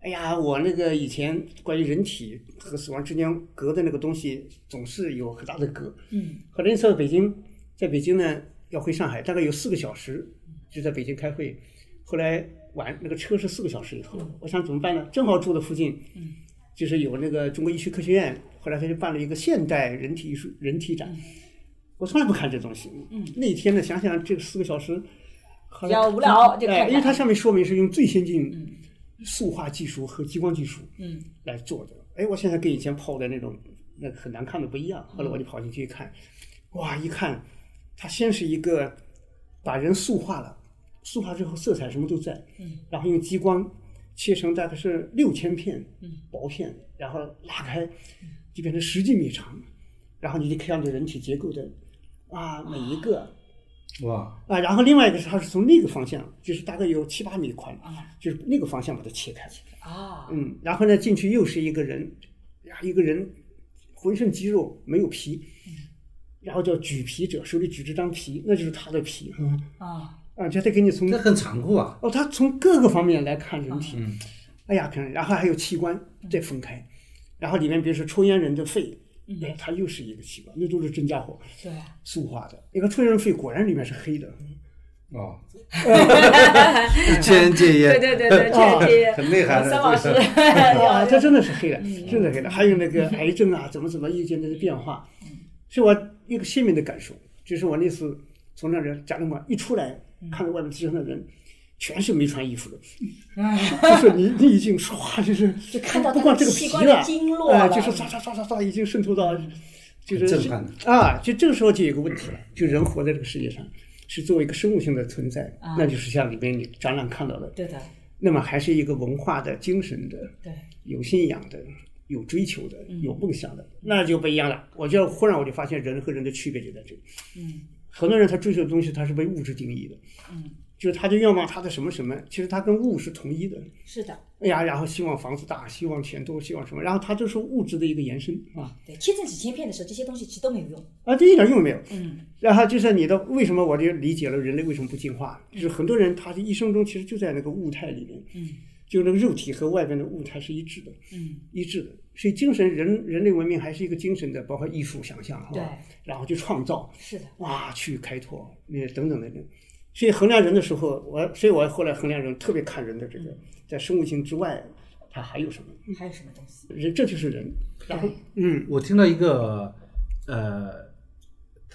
哎呀，我那个以前关于人体和死亡之间隔的那个东西，总是有很大的隔。
嗯
后来那时候北京，在北京呢要回上海，大概有四个小时就在北京开会。后来晚那个车是四个小时以后，
嗯
我想怎么办呢？正好住的附近，就是有那个中国医学科学院，后来他就办了一个现代人体艺术人体
嗯
展。我从来不看这东西。那一天呢，想想这四个小时，好
比
像
较无聊就看嗯
哎，因为
看
它上面说明是用最先进塑化技术和激光技术，
嗯，
来做的。哎，我现在跟以前泡的那种那个很难看的不一样。后来我就跑进去一看，哇，一看，它先是一个把人塑化了，塑化之后色彩什么都在，
嗯，
然后用激光切成大概是六千片，嗯，薄片，然后拉开，就变成十几米长，然后你就看到人体结构的啊每一个。
哇，
啊，然后另外一个是它是从那个方向，就是大概有七八米宽，
啊
就是那个方向把它切开。
啊，
嗯，然后呢，进去又是一个人，呀，一个人浑身肌肉没有皮，然后叫举皮者，手里举着张皮，那就是他的皮啊、
啊，
啊！这他给你从
那很残酷啊！
哦，他从各个方面来看人体，哎呀，看，然后还有器官再分开，然后里面比如说抽烟人的肺，哎，它又是一个器官，那都是真家伙
对，
塑化的。你看抽烟人肺果然里面是黑的，
哦，烟戒
对
烟，
对对对，这这
很厉害的
三老师，
啊， 这真的是黑的，
嗯
真的黑的。还有那个癌症啊，怎么怎么意见的变化，
嗯
是我一个鲜明的感受。就是我那次从那儿贾龙馆一出来，
嗯
看到外面机场的人，全是没穿衣服的， 就是你你已经唰， 就是就
嗯看到他
不光
的
这个
器
皮
官的
了，
经络
啊，
了嗯
就是唰唰唰唰唰，已经渗透到，就是
震撼
啊，就这个时候就有一个问题了，就人活在这个世界上。是作为一个生物性的存在，
啊
那就是像里边你展览看到的，
对的，
那么还是一个文化的、精神的、
对，嗯
有信仰的、有追求的、有梦想的，那就不一样了。我就忽然我就发现人和人的区别就在这里。
嗯
很多人他追求的东西，他是被物质定义的，
嗯，
就是他就愿望他的什么什么，其实他跟物是同一的。
是的，
哎呀，然后希望房子大，希望钱多，希望什么，然后他就是物质的一个延伸啊
对，切正纸切片的时候，这些东西其实都没有用。
啊，这一点用没有。
嗯
然后就是你的为什么我就理解了人类为什么不进化，就是很多人他的一生中其实就在那个物态里面，
嗯
就那个肉体和外边的物态是一致的。
嗯，
一致的。所以精神人人类文明还是一个精神的，包括艺术、想象，哈
对，
然后去创造，
是的，
哇，去开拓，那等等等等。所以衡量人的时候，我所以我后来衡量人特别看人的这个，在生物性之外，它还有什么？
还有什么东西？
人这就是人。然后，嗯
我听到一个呃，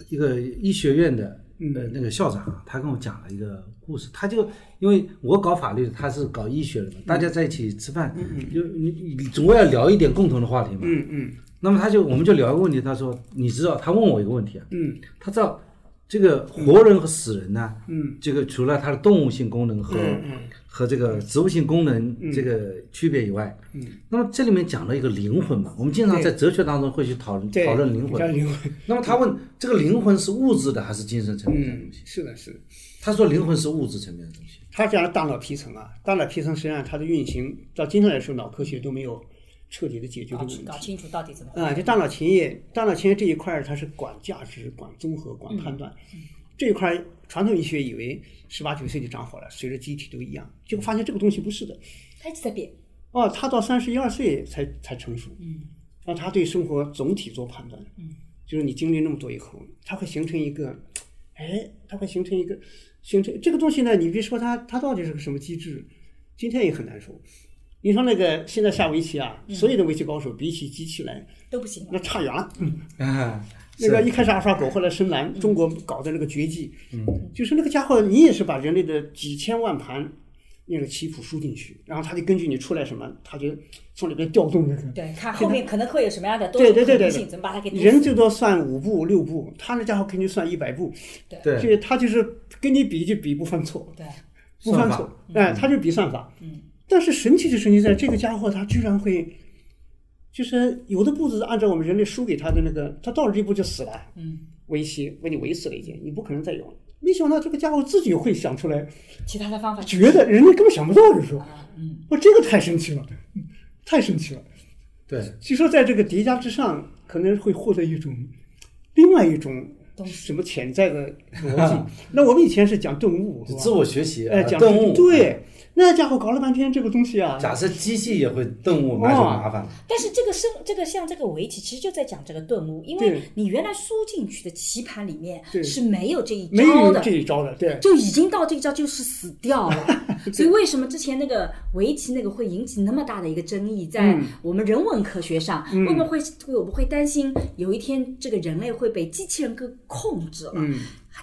一个医学院的
嗯
呃那个校长啊，他跟我讲了一个故事。他就因为我搞法律的，他是搞医学的嘛，
嗯
大家在一起吃饭，就你你总归要聊一点共同的话题嘛。
嗯嗯
那么他就我们就聊一个问题，他说你知道，他问我一个问题啊，
嗯
他知道这个活人和死人呢，
嗯，
这个除了它的动物性功能和、
嗯嗯
和这个植物性功能这个区别以外，嗯，那么这里面讲了一个灵魂嘛，我们经常在哲学当中会去讨论
对，
讨论灵
比较
魂。
灵魂，
那么他问这个灵魂是物质的还是精神层面的
嗯
东西？，
是的，是的。
他说灵魂是物质层面的东西。
他讲的大脑皮层啊，大脑皮层实际上它的运行，到今天来说，脑科学都没有彻底的解决这
搞
个问题。
搞清楚到底怎么回事。
啊，就大脑前叶，大脑前叶这一块儿它是管价值、管综合、管判断、这一块儿。传统医学以为十八九岁就长好了，随着机体都一样，结果发现这个东西不是的。
他一直在变，
哦，他到三十一二岁才才成熟，嗯，让他对生活总体做判断，嗯，就是你经历那么多以后，他会形成一个，哎，他会形成一个，形成这个东西呢，你别说它，它到底是个什么机制，今天也很难说。你说那个现在下围棋啊，所有的围棋高手比起机器来，
都不行了。
那差远了，
啊，
那个一开始阿尔法狗，后来深蓝，中国搞的那个绝技，嗯，就是那个家伙，你也是把人类的几千万盘那个棋谱输进去，然后他就根据你出来什么，他就从里边调动那个。
对，看后面可能会有什么样的多
对
种
对
可
对对
能
对
性，怎么把它给堵死
人最多算五步六步，他那家伙肯定算一百步，
对
所以他就是跟你比就比不犯错，
对，
不犯
算
错，哎，他就比算法。
嗯，
但是神奇就神奇在这个家伙他居然会，就是有的步子按照我们人类输给他的那个，他到了这一步就死了。
嗯，
围棋为你围死了已经，你不可能再有了。没想到这个家伙自己会想出来，
其他的方法
觉得人类根本想不到，有时候，
啊，嗯，
哇，这个太神奇了，太神奇了。
对，
据说在这个叠加之上，可能会获得一种另外一种
东西
什么潜在的逻辑。 那我们以前是讲顿悟，是吧
自我学习，
哎
呃
讲
顿悟。，
对，那家伙搞了半天这个东西啊，
假设机器也会顿悟，
哦
那就麻烦了。
但是这个生这个像这个围棋，其实就在讲这个顿悟，因为
对
你原来输进去的棋盘里面
对
是没有这一
没
招
有
的，
这一招的，对。
就已经到这一招就是死掉 了。所以为什么之前那个围棋那个会引起那么大的一个争议，在
嗯
我们人文科学上，
嗯
会不会会我们会担心有一天这个人类会被机器人给控制了？
嗯，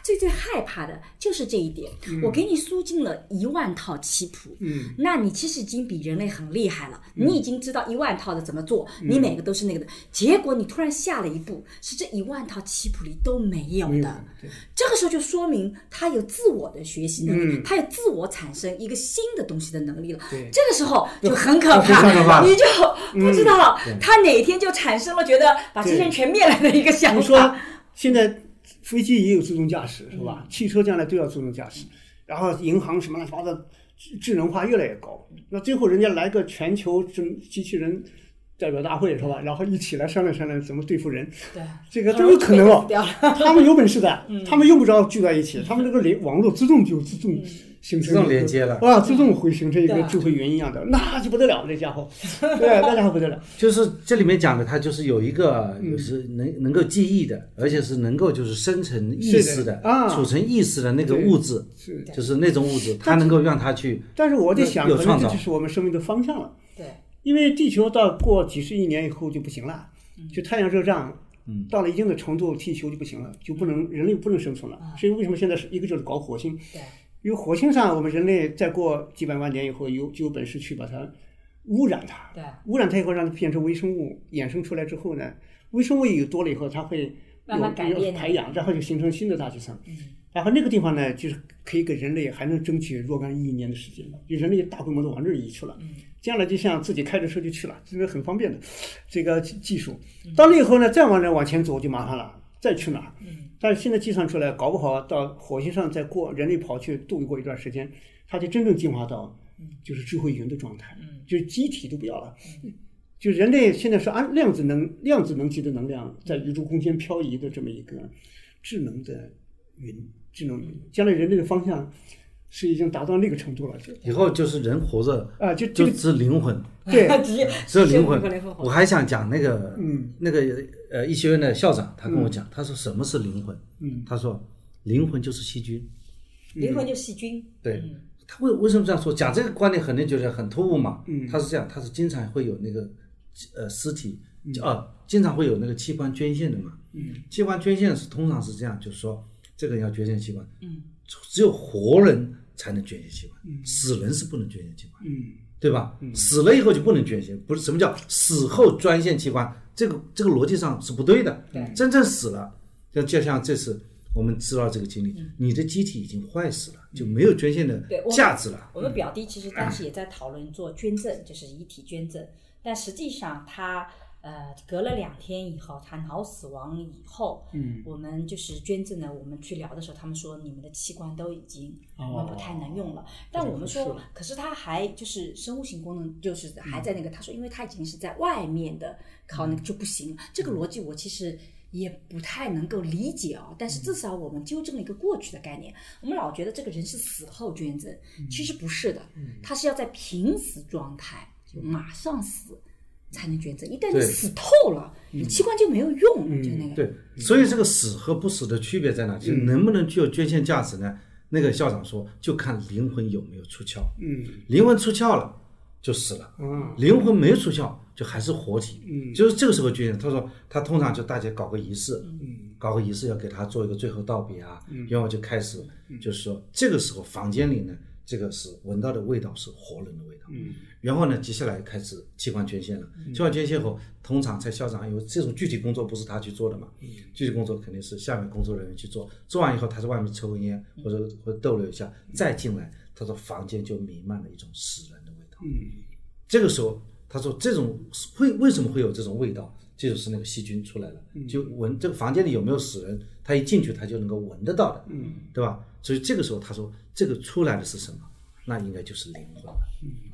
最最害怕的就是这一点。我给你输进了一万套棋谱，
嗯，
那你其实已经比人类很厉害了，你已经知道一万套的怎么做，
嗯
你每个都是那个的。结果你突然下了一步，是这一万套棋谱里都没有
没有
的。这个时候就说明他有自我的学习能力，
嗯
他有自我产生一个新的东西的能力了。
对
这个时候就很可
非常可怕
怕，
嗯
你就不知道他哪天就产生了觉得把这些人全灭了的一个想
你说
法。
现在飞机也有自动驾驶是吧？汽车将来都要自动驾驶，然后银行什么乱七八糟智智能化越来越高，那最后人家来个全球智机器人代表大会是吧？然后一起来商量商量怎么对付人，
对，
这个都有可
很容易
能
就被
哦
死掉了。
他们有本事的，他们用不着聚在一起，他们这个连网络自动就自动形成
自动
一个
连接了
哇，自动会形成一个
对
智慧园一样的，那就不得了，那家伙，对，那家伙不得了，
就是这里面讲的，它就是有一个
嗯
就是能能够记忆的，而且是能够就是生成意识
是的
的
啊，
储存意识的那个
对
物质，
是。
就是那种物质，它能够让它去
但是我在想，
有
可能
创
这
造
就是我们生命的方向了。
对，
因为地球到过几十亿年以后就不行了，就太阳热胀，
嗯
到了一定的程度，地球就不行了，就不能人类不能生存了。所以为什么现在是一个就是搞火星
对，
因为火星上我们人类再过几百万年以后有就有本事去把它污染它，
对
污染它以后让它变成微生物，衍生出来之后呢，微生物有多了以后，它会
慢慢
有
改
有
变嗯
排氧，然后就形成新的大气层。然后那个地方呢，就是可以给人类还能争取若干亿年的时间了，就人类大规模的往这儿移去了。
嗯
将来就像自己开着车就去了，这个很方便的，这个技技术。
嗯
到了以后呢，再往那往前走就麻烦了，再去哪儿？但是现在计算出来，搞不好到火星上再过，人类跑去度过一段时间，它就真正进化到就是智慧云的状态，就是机体都不要了。就人类现在是按量子能量子能级的能量在宇宙空间漂移的这么一个智能的云，智能云，将来人类的方向是已经达到那个程度了，就
以后就是人活着
啊就
就
这个
只灵魂，
对，
直接
只有灵魂
直接灵魂。
我还想讲那个
嗯
那个呃医学院的校长，他跟我讲，他说什么是灵魂？
嗯
他说灵魂就是细菌。嗯
灵魂就是细菌。
对，他为为什么这样说？讲这个观点，可能觉得很突兀嘛。
嗯
他是这样，他是经常会有那个呃尸体，呃，经常会有那个器官捐献的嘛。嗯，器官捐献是通常是这样，就是说这个人要捐献器官，嗯，只有活人才能捐献器官，死人是不能捐献器官，
嗯，
对吧？死了以后就不能捐献，不是什么叫死后捐献器官？这个这个逻辑上是不对的。对，真正死了，就就像这次我们知道这个经历，你的机体已经坏死了，就没有捐献的
嗯对我
价值了。
我们表弟其实当时也在讨论做捐赠，就是遗体捐赠，但实际上他呃隔了两天以后，他脑死亡以后，
嗯，
我们就是捐赠呢，我们去聊的时候，他们说你们的器官都已经我
哦
们不太能用了，但我们
是嗯
说，可是他还就是生物性功能就是还在那个，他说因为他已经是在外面的靠
嗯
那个就不行了，这个逻辑我其实。也不太能够理解哦，但
嗯
是至少我们纠正了一个过去的概念。我们老觉得这个人是死后捐赠，
嗯
其实不是的，他是要在濒死状态，就马上死才能捐赠。一旦你
对
死透了，
嗯
你器官就没有用了，就那个。
对，嗯所以这个死和不死的区别在哪？就是能不能具有捐献价值呢？那个校长说，就看灵魂有没有出窍。
嗯
灵魂出窍了就死了，
啊
灵魂没出窍就还是活体。
嗯
就是这个时候捐献。他说他通常就大家搞个仪式，搞个仪
嗯
嗯
式要给他做一个最后道别啊，然后就开始就是说这个时候房间里呢这个是闻到的味道是活人的味道。
嗯，
然后呢，接下来开始器官捐献了。器官捐献后，通常在校长，因为这种具体工作不是他去做的嘛，具体工作肯定是下面工作人员去做。做完以后，他在外面抽根烟
嗯
或者或者逗留一下，再进来，他说房间就弥漫了一种死人的味道。
嗯，
这个时候，他说这种会为什么会有这种味道？这就是那个细菌出来了，就闻这个房间里有没有死人，他一进去他就能够闻得到的，嗯，对吧？所以这个时候他说这个出来的是什么？那应该就是灵魂了。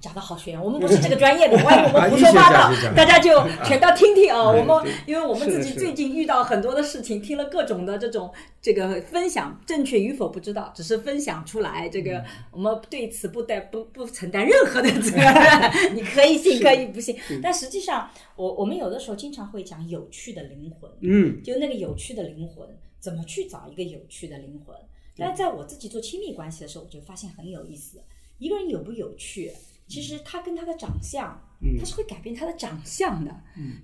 讲的好玄，我们不是这个专业的，万一我们胡
医
说
学
八
家
道
就这，样
大家就全当听听啊。我们因为我们自
是的
己
是的
最近遇到很多的事情，听了各种的这种这个分享，正确与否不知道，只是分享出来。这个我们对此不带不不承担任何的责任，你可以信，可以不信。但实际上，我我们有的时候经常会讲有趣的灵魂，
嗯，
就那个有趣的灵魂，怎么去找一个有趣的灵魂？但在我自己做亲密关系的时候，我就发现很有意思，一个人有不有趣，其实他跟他的长相，
嗯
他是会改变他的长相的。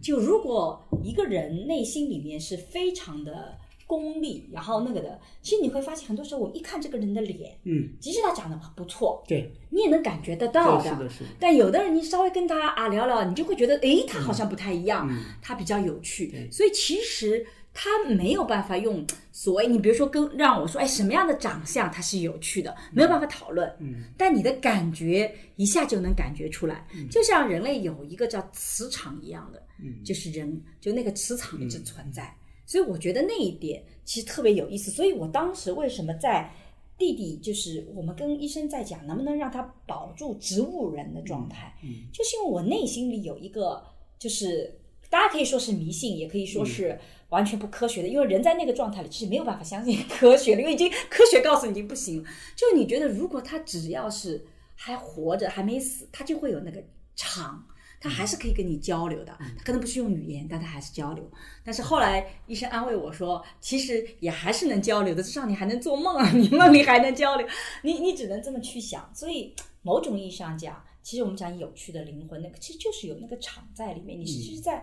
就如果一个人内心里面是非常的功利，然后那个的，其实你会发现，很多时候我们一看这个人的脸，
嗯，
即使他长得不错，
对，
你也能感觉得到
对，是的，是的，
但有的人你稍微跟他啊聊聊，你就会觉得，诶，他
嗯
好像不太一样，他比较有趣。所以其实他没有办法用所谓你比如说跟让我说，哎，什么样的长相他是有趣的，没有办法讨论。
嗯，
但你的感觉一下就能感觉出来，就像人类有一个叫磁场一样的，就是人就那个磁场一直存在。所以我觉得那一点其实特别有意思。所以我当时为什么在弟弟，就是我们跟医生在讲，能不能让他保住植物人的状态，
嗯
就是因为我内心里有一个，就是大家可以说是迷信，也可以说是完全不科学的，因为人在那个状态里其实没有办法相信科学了，因为已经科学告诉你已经不行了。就你觉得，如果他只要是还活着，还没死，他就会有那个场。他还是可以跟你交流
嗯
的，他可能不是用语言，但他还是交流。但是后来医生安慰我说，其实也还是能交流的，至少你还能做梦啊，你梦里还能交流， 你你只能这么去想。所以某种意义上讲，其实我们讲有趣的灵魂，那个其实就是有那个场在里面，你是实在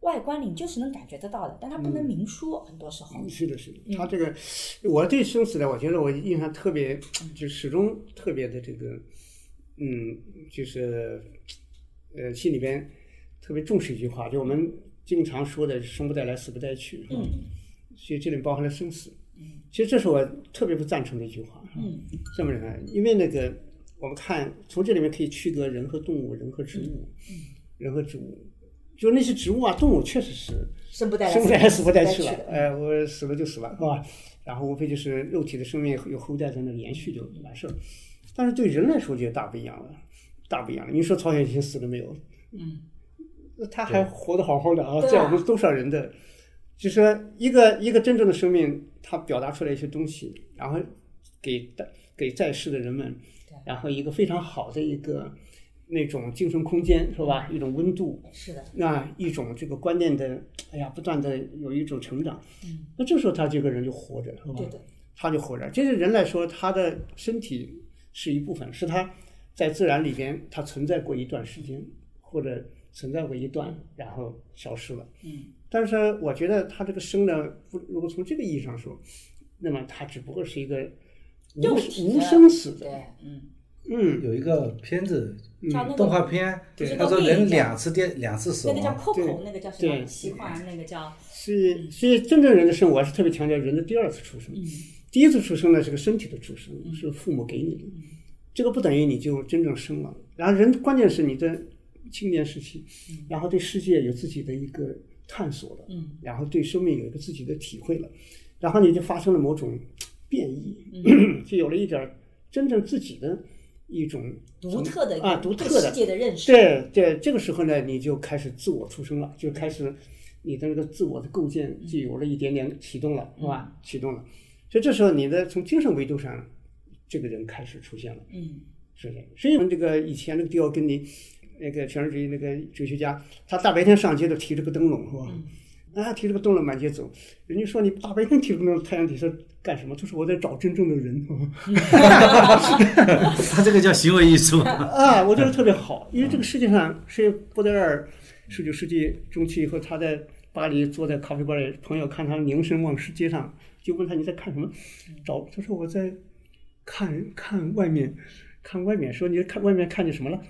外观里你就是能感觉得到的，但它
嗯
不能明说，很多时候。
是的，是的，他这个，我对生死呢，我觉得我印象特别，就始终特别的这个，嗯，就是，呃，心里边特别重视一句话，就我们经常说的“生不带来，死不带去”，是吧？
嗯
所以这里包含了生死。其实这是我特别不赞成的一句话。嗯，这么认为，因为那个我们看从这里面可以区隔人和动物、人和植物、人和植物，就是那些植物啊，动物确实是。
生不带来，
生不带来，死不带去
去
了。哎，我死了就死了，是吧？然后无非就是肉体的生命有后代在那延续就完事儿。但是对人来说就大不一样了，大不一样了。你说曹雪芹死了没有？嗯，他还活得好好的啊，
对啊
在我们多少人的，就说一个一个真正的生命，他表达出来一些东西，然后给给在世的人们，然后一个非常好的一个那种精神空间，是吧？一种温度，
是的，
那一种这个观念的，哎呀，不断的有一种成长。那这时候他这个人就活着，是吧
嗯对的，
他就活着。这是人来说，他的身体是一部分，是他在自然里边他存在过一段时间，或者存在过一段，然后消失了。嗯。但是我觉得他这个生呢，不如果从这个意义上说，那么他只不过是一个无
肉体的
无生死的，
对，嗯，
嗯，
有一个片子，
叫那个
动画片，
对
他说人两次电两次死
那个叫
亡，
Coco，
啊对
那个叫什么
对
奇幻，那个叫嗯
是，所以真正人的生，我是特别强调人的第二次出生。第一次出生呢是个身体的出生，
嗯
是父母给你的，这个不等于你就真正生了。然后人关键是你的青年时期，
嗯
然后对世界有自己的一个探索了，然后对生命有一个自己的体会了，然后你就发生了某种变异，
嗯
就有了一点儿真正自己的一种
独特的
啊独特
对
的
世界的认识，
对对，这个时候呢，你就开始自我出生了，就开始你的那个自我的构建就有了一点点启动了，是吧？启动了，所以这时候你的从精神维度上，这个人开始出现了，
嗯，
是的。所以我们这个以前那个迪奥根尼，那个全人主义那个哲学家，他大白天上街都提着个灯笼，是吧？啊，提着个灯笼满街走，人家说你大白天提着个灯笼太阳底下干什么？他说我在找真正的人。是吧
他这个叫行为艺术。
啊，我觉得特别好，因为这个世界上，是波德尔十九世纪中期以后，他在巴黎坐在咖啡馆里，朋友看他凝神望世街上，就问他你在看什么？找他说我在看看外面看外面，说你看外面看见什么了？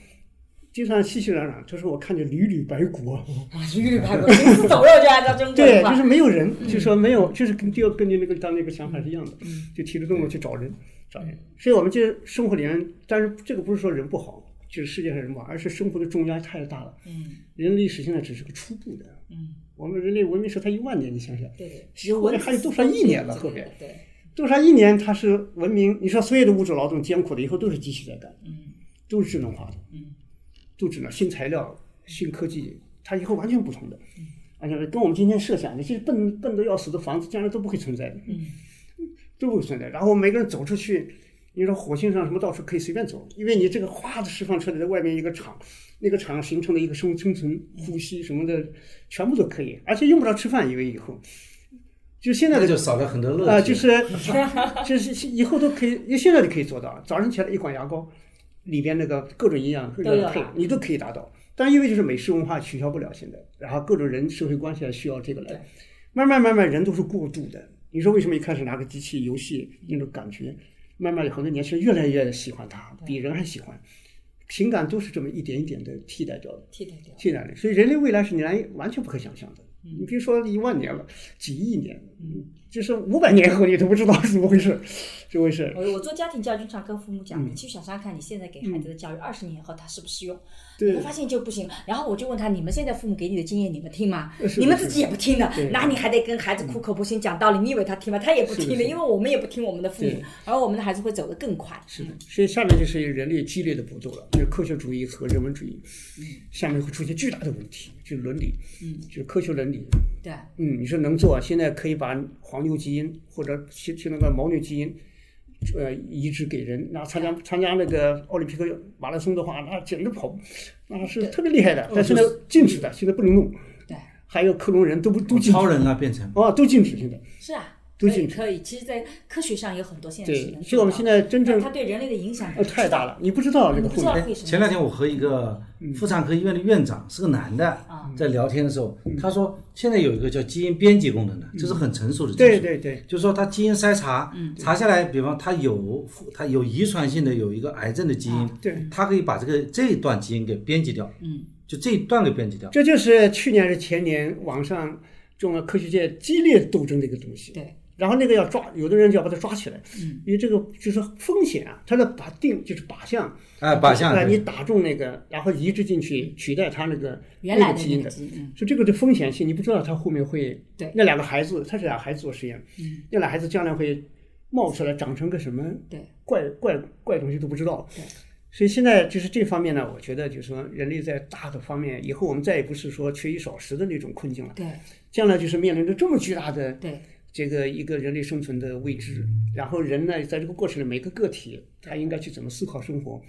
经常熙熙攘攘，就说我看见缕缕白骨，啊
哇，绿绿派，行尸走肉就按照中国
对
的，
就
话
是，没有人，
嗯
就说没有，就是跟就根据那个当那个想法是一样的，
嗯
就提着动物去找人，找人。所以我们这生活里面，但是这个不是说人不好，就是世界上人不好，而是生活的重压太大了。
嗯，
人类史现在只是个初步的，
嗯，
我们人类文明时它一万年，你想想，
对对，
其实我们还有多少一年了后边，
对，
多少一年它是文明？你说所有的物质劳动艰苦的，以后都是机器在干，
嗯
都是智能化的，
嗯，
都智能新材料、新科技，它以后完全不同的，
嗯
完全跟我们今天设想的，这些笨笨的要死的房子，将来都不会存在的，
嗯，
都不会存在。然后每个人走出去，你说火星上什么到处可以随便走，因为你这个哗的释放出来的外面一个场，那个场形成的一个生生存、呼吸什么的，全部都可以，而且用不着吃饭，因为以后。就现在
那
的
就少了很多乐趣。
啊，就是 就是以后都可以，因为现在就可以做到。早上起来一管牙膏，里边那个各种营养各
都
种
有
配
了，
你都可以达到。但因为就是美式文化取消不了现在，然后各种人社会关系还需要这个
对
来，慢慢慢慢人都是过度的。你说为什么一开始拿个机器游戏那种感觉，慢慢有很多年轻人越来越喜欢它，比人还喜欢，情感都是这么一点一点的替代掉的。
替代掉，
替代的，所以人类未来是你难以完全不可想象的。
嗯
你别说一万年了，几亿年了，就是五百年后你都不知道 是怎么回事，这回事。
我我做家庭教育，经常跟父母讲，
嗯
你去想想看，你现在给孩子的教育，二十年以后他适不适用？
对
我发现就不行。然后我就问他，你们现在父母给你的经验，你们听吗？
呃是
你
的
们
是
自
的
己也不听的
对，
那你还得跟孩子苦口婆心讲道理，你以为他听吗？他也不
是的
听
是的
因为我们也不听我们的父母
对，
而我们的孩子会走得更快。
是的，所以下面就是人类激烈的搏斗了，就是科学主义和人文主义，
嗯
下面会出现巨大的问题，就是伦理，嗯，就是科学伦理。
对，
嗯，你说能做，现在可以把黄牛基因或者去去那个牦牛基因。呃，移植给人，那参加参加那个奥林匹克马拉松的话，那简直跑，那是特别厉害的。但是呢，禁止的，现在不能弄。
哦对，
还有克隆人都不都禁止
哦超人了，变成
哦，都禁止现在。
是啊，
都
可以
进去
可以。其实，在科学上有很多现在是
对
能，
所以我们
做
现
到
在真
的
正
但它对人类的影响
呃太大
了。
了，你不知道这个
你不
后
知道
面。
哎
为什么
前两天我和一个妇产科医院的院长是个男的
啊，
在聊天的时候，他说现在有一个叫基因编辑功能的，这是很成熟的技术。
对对对，
就是说他基因筛查，查下来，比方他有他有遗传性的有一个癌症的基因，
对，
他可以把这个这一段基因给编辑掉，
嗯，
就这一段给编辑掉。
这就是去年还是前年网上中国科学界激烈斗争的一个东西。
对，嗯
然后那个要抓，有的人就要把他抓起来，因为这个就是风险啊，他的靶定就是靶向，
哎，靶向
哎，你打中那个，然后移植进去取代他那个
原来
那个
的
基因
那
的
个，基因，嗯
就这个的风险性，你不知道他后面会
对嗯
那两个孩子，他是俩孩子做实验，那俩孩子将来会冒出来长成个什么
对
怪怪怪东西都不知道
对。
所以现在就是这方面呢，我觉得就是说人类在大的方面，以后我们再也不是说缺一少食的那种困境了，
对
将来就是面临着这么巨大的
对，嗯
这个一个人类生存的未知。然后人呢，在这个过程里，每个个体他应该去怎么思考生活，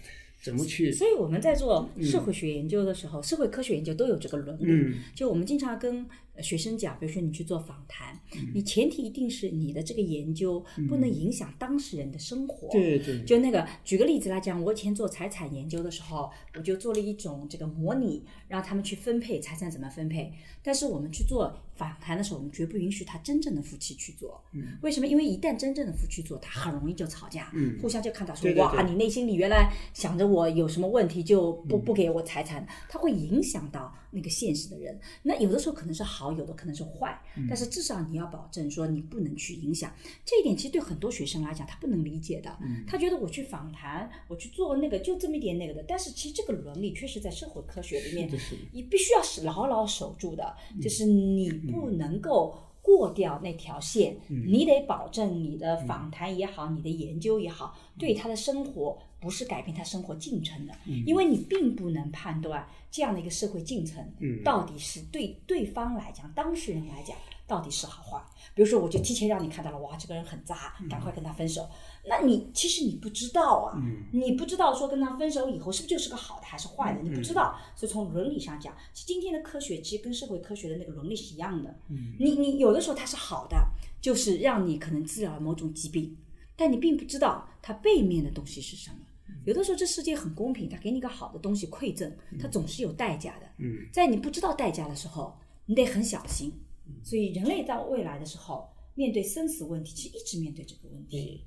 怎么去
所以我们在做社会学研究的时候，社会科学研究都有这个伦理。
嗯
就我们经常跟呃学生讲，比如说你去做访谈，
嗯
你前提一定是你的这个研究不能影响当事人的生活。
对对
就那个，举个例子来讲，我以前做财产研究的时候，我就做了一种这个模拟，让他们去分配财产怎么分配。但是我们去做访谈的时候，我们绝不允许他真正的夫妻去做。嗯、为什么？因为一旦真正的夫妻做，他很容易就吵架，嗯、互相就看到说
对对
哇，
对嗯
你内心里原来想着我有什么问题就不不给我财产，他会影响到那个现实的人。那有的时候可能是好，有的可能是坏，
嗯
但是至少你要保证说你不能去影响。这一点其实对很多学生来讲，他不能理解的。
嗯
他觉得我去访谈，我去做那个就这么一点那个的，但是其实这个伦理确实在社会科学里面，你必须要是牢牢守住的，就是你不能够。过掉那条线，你得保证你的访谈也好，你的研究也好，对他的生活不是改变他生活进程的，因为你并不能判断这样的一个社会进程到底是对对方来讲、当事人来讲到底是好坏。比如说，我就提前让你看到了，哇，这个人很渣，赶快跟他分手。那你其实你不知道啊，你不知道说跟他分手以后是不是就是个好的还是坏的，你不知道。所以从伦理上讲，其实今天的科学其实跟社会科学的那个伦理是一样的。你你有的时候它是好的，就是让你可能治疗了某种疾病，但你并不知道它背面的东西是什么。有的时候这世界很公平，它给你一个好的东西馈赠，它总是有代价的。在你不知道代价的时候，你得很小心。所以人类到未来的时候，面对生死问题，其实一直面对这个问题。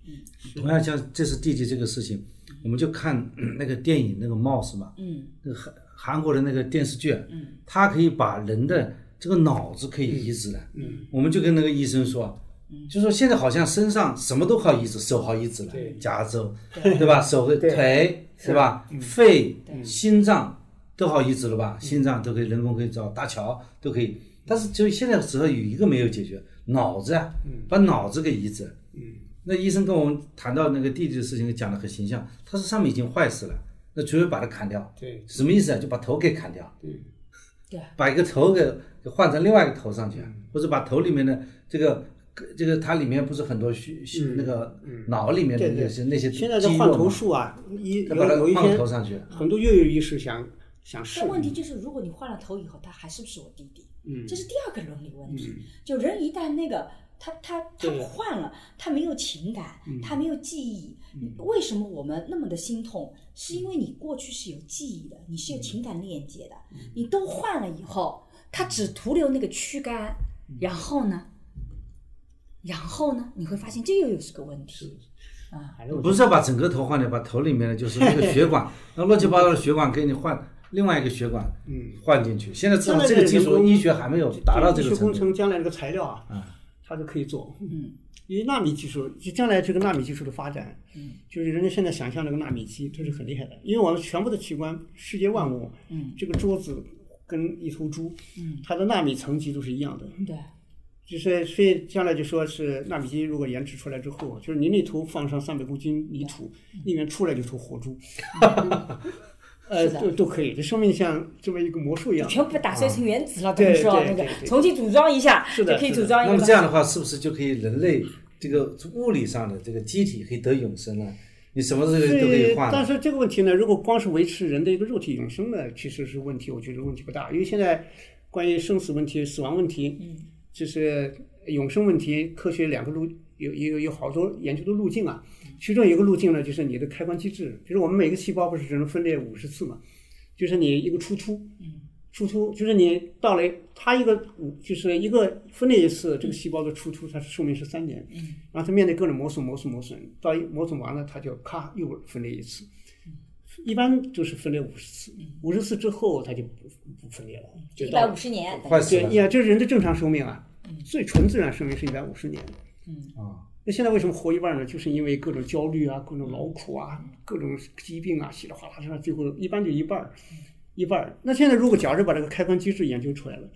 同样像这次弟弟这个事情，我们就看 那个电影那个 Mouse 嘛，
嗯
那个韩韩国的那个电视剧，嗯，它可以把人的这个脑子可以移植的，嗯，我们就跟那个医生说，啊就说现在好像身上什么都好移植，手好移植了
对，
加州，对吧？手和
对嗯
腿，对吧？肺、心脏都好移植了吧？心脏都可以人工可以造，搭桥都可以，但是就现在只有一个没有解决，脑子啊，
嗯
把脑子给移植，那医生跟我们谈到那个弟弟的事情，讲的很形象。他说上面已经坏死了，那除非把它砍掉。
对，
什么意思啊？就把头给砍掉。
对，
对
把一个头给给换成另外一个头上去，啊
嗯
或者把头里面的这个这个它里面不是很多虚虚那个脑里面的
嗯对对
那些那些肌
现
肉
在这换头
嘛，
术啊，一
他
有
把它
有一
放
天
头上去。
很多越狱医师想想试
但，问题就是，如果你换了头以后，他还是不是我弟弟？
嗯
这是第二个伦理问题。就人一旦那个他他他
对嗯
换了，他没有情感，他没有记忆。你为什么我们那么的心痛？是
嗯
因为你过去是有记忆的，你是有情感链接的。
嗯
你都换了以后，他只徒留那个躯干，
嗯
然后呢？然后呢？你会发现这又又是个问题。
反正我
不是要把整个头换掉，把头里面的就是那个 血管，那乱七八糟的血管给你换另外一个血管，
嗯，
换进去。现在至
现
少
在
这个技
人
术
工
医学还没有达到这
医学
个程
工
度。
程将来这个材料
嗯
啊，它就可以做，
嗯，
因为纳米技术，就将来这个纳米技术的发展，嗯，就是人家现在想象这个纳米机，这是很厉害的，因为我们全部的器官，世界万物，嗯，这个桌子跟一头猪，嗯，它的纳米层级都是一样的，
对，啊
就是所以将来就说是纳米机如果研制出来之后，就是你那头放上三百公斤泥土，里面出来就头 活猪，呃，
是的
都都可以，这生命像这么一个魔术一样，
全部打碎成原子了，
啊对
等于说
对
那个
对对
重新组装一下，
是的
就可以
是的
组装一
那
个
么这样的话，是不是就可以人类这个物理上的这个机体可以得永生了？你什么东西都可以
对，
换
但
了。
是这个问题呢，如果光是维持人的一个肉体永生呢，其实是问题，我觉得问题不大，因为现在关于生死问题、死亡问题，嗯，就是永生问题，科学两个路有有有好多研究的路径啊，
嗯
其中一个路径呢，就是你的开关机制，就是我们每个细胞不是只能分裂五十次嘛，就是你一个出突，出突就是你到了它一个五就是一个分裂一次，这个细胞的出突它是寿命是三年，然后它面对各种磨损磨损磨损，到一磨损完了它就咔又分裂一次，一般就是分裂五十次，五十次之后它就不不分裂了，就
一
到
百五十年，
坏死
对
了
呀，这是人的正常寿命啊，
嗯
最纯自然寿命是一百五十年。
啊！
那现在为什么活一半呢？就是因为各种焦虑啊，各种劳苦
嗯
啊，各种疾病啊，稀里哗啦这样，最后一般就一半儿，
嗯
一半儿。那现在如果假设把这个开关机制研究出来了，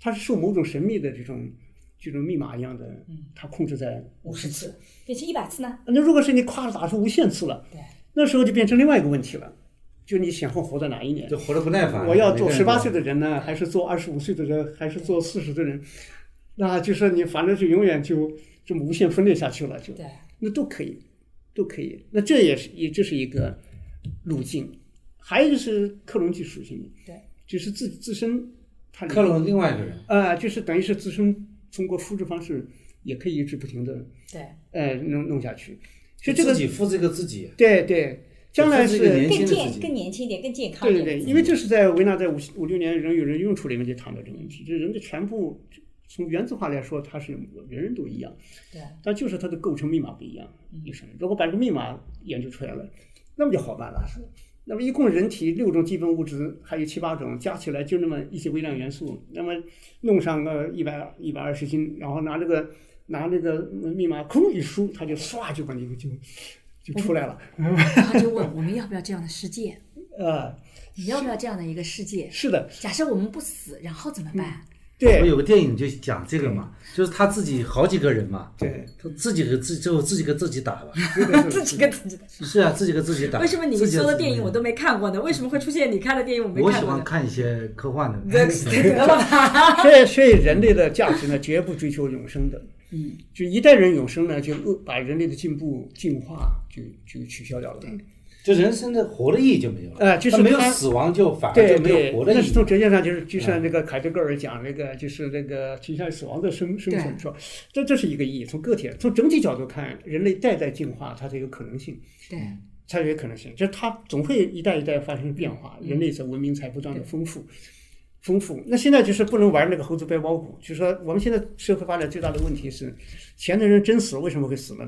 它是受某种神秘的这种这种密码一样的，它控制在
嗯五十次变成一百次呢？
那如果是你夸打出无限次了，
对
那时候就变成另外一个问题了，就你想活活到哪一年
就？活得不耐烦。
我要做
啊每个人
十八岁的人呢，还是做二十五岁的人，还是做四十的人？那就是你反正就永远就这么无限分裂下去了，就
对，
那都可以，都可以。那这也是也这是一个路径，还有就是克隆技术性，
对，
就是自自身它里
克隆另外一个人，
啊、就是等于是自身通过复制方式也可以一直不停的
对，
呃弄弄下去，所
就
以这个
自己复制一个自己，
对对，将来
复制一个
是
年
更
轻的自
健、更
己。
年轻一点、更健康一
对对
点。
对，因为这是在维纳在五五六年《人与人用处》里面就谈到这个问题，就是人的全部从原子化来说，它是人人都一样，
对
但就是它的构成密码不一样。有什么？如果把这个密码研究出来了，那么就好办了。那么一共人体六种基本物质，还有七八种，加起来就那么一些微量元素，那么弄上个一百一百二十斤，然后拿这个拿那个密码空一输，它就唰就把你就就出来了。
嗯
他就问我们要不要这样的世界？
呃，
你要不要这样的一个世界？
是的，
假设我们不死，然后怎么办？
我
对
有个电影就讲这个嘛，就是他自己好几个人嘛，
对。
他自己和自最后自己和自己打了。
自己跟自己的。
是啊，自己和自己打。
为什么你
自
们
己和
说的
自己
电影我都没看过呢？为什么会出现你看的电影我没
我
看
喜
过
欢
呢？
看一些科幻的。
得了吧，
所以，所以人类的价值呢，绝不追求永生的。嗯，就一代人永生呢，就扼把人类的进步进化就就取消掉了。
就人生的活的意义就没有了，
呃就是
他没有
他
死亡就反而
对
就没有
对
活，的
那
意
是
义。嗯
从哲学上就是，就像那个凯德格尔讲那个，就是那个提倡死亡的生生存，说这这是一个意义。从个体，从整体角度看，人类代代进化，它的一个可能性，
对，
它有可能性，就是它总会一代一代发生变化，人类的文明才不断的丰富。丰富，那现在就是不能玩那个猴子掰包谷，就是说我们现在社会发展最大的问题是，前的人真死了为什么会死呢？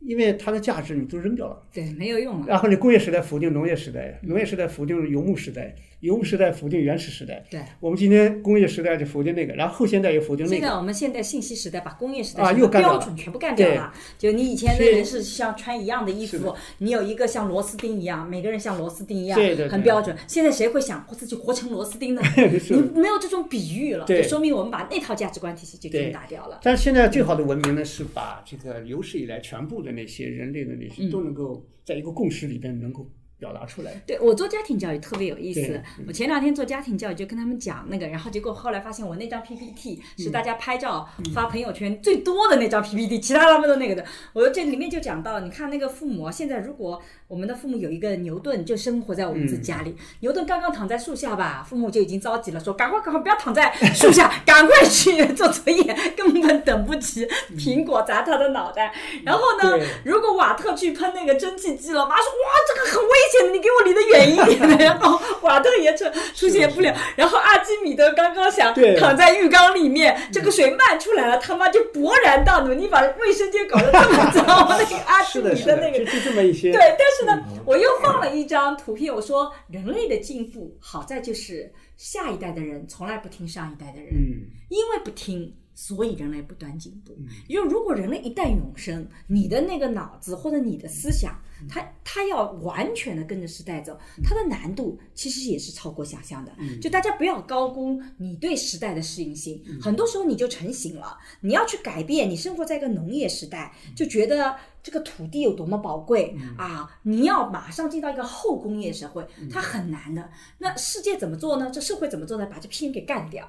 因为它的价值你都扔掉了。
对，没有用了。
然后你工业时代否定农业时代，农业时代否定游牧时代，游牧时代否定原始时代。
对，
我们今天工业时代就否定那个，然后后现代又否定那
现在
个。
我们现代信息时代，把工业时代
啊
什么
又干掉
标
了
准全部干掉了。就你以前的
是
人是像穿一样的衣
是
服
的，
你有一个像螺丝钉一样，每个人像螺丝钉一样，
对对对
很标准。现在谁会想我自己活成螺丝钉呢？
是
你
的
没有这种比喻了，
对
就说明我们把那套价值观体系就全
对
打掉了。
但是现在最好的文明呢，是把这个有史以来全部的那些人类的那些都能够在一个共识里边能够表达出来。
对我做家庭教育特别有意思
对，嗯
我前两天做家庭教育就跟他们讲那个，然后结果后来发现我那张 PPT
嗯
是大家拍照发朋友圈最多的那张 PPT，其他他们都那个的。我说这里面就讲到，你看那个父母啊现在如果我们的父母有一个牛顿就生活在我们
嗯
自己家里，牛顿刚刚躺在树下吧，父母就已经着急了，说赶快赶快不要躺在树下，赶快去 做作业，根本等不及，苹果砸他的脑袋。然后呢
嗯对，
如果瓦特去喷那个蒸汽机了，妈说哇，这个很危险的，你给我离得远一 点的。然后瓦特也出出现不了，然后阿基米德刚刚想
对
躺在浴缸里面，这个水漫出来了，他妈就勃然大怒，你把卫生间搞得这么糟，那个阿基
是
米
是
德
的嗯
那，个
就就这么一些。
对，但是呢，我又放了一张图片，我说人类的进步好在就是下一代的人从来不听上一代的人，
嗯，
因为不听。所以人类不断进步，因为如果人类一旦永生，你的那个脑子或者你的思想，它它要完全的跟着时代走，它的难度其实也是超过想象的。就大家不要高估你对时代的适应性，很多时候你就成型了。你要去改变，你生活在一个农业时代，就觉得这个土地有多么宝贵啊！你要马上进到一个后工业社会，它很难的。那世界怎么做呢？这社会怎么做呢？把这批人给干掉，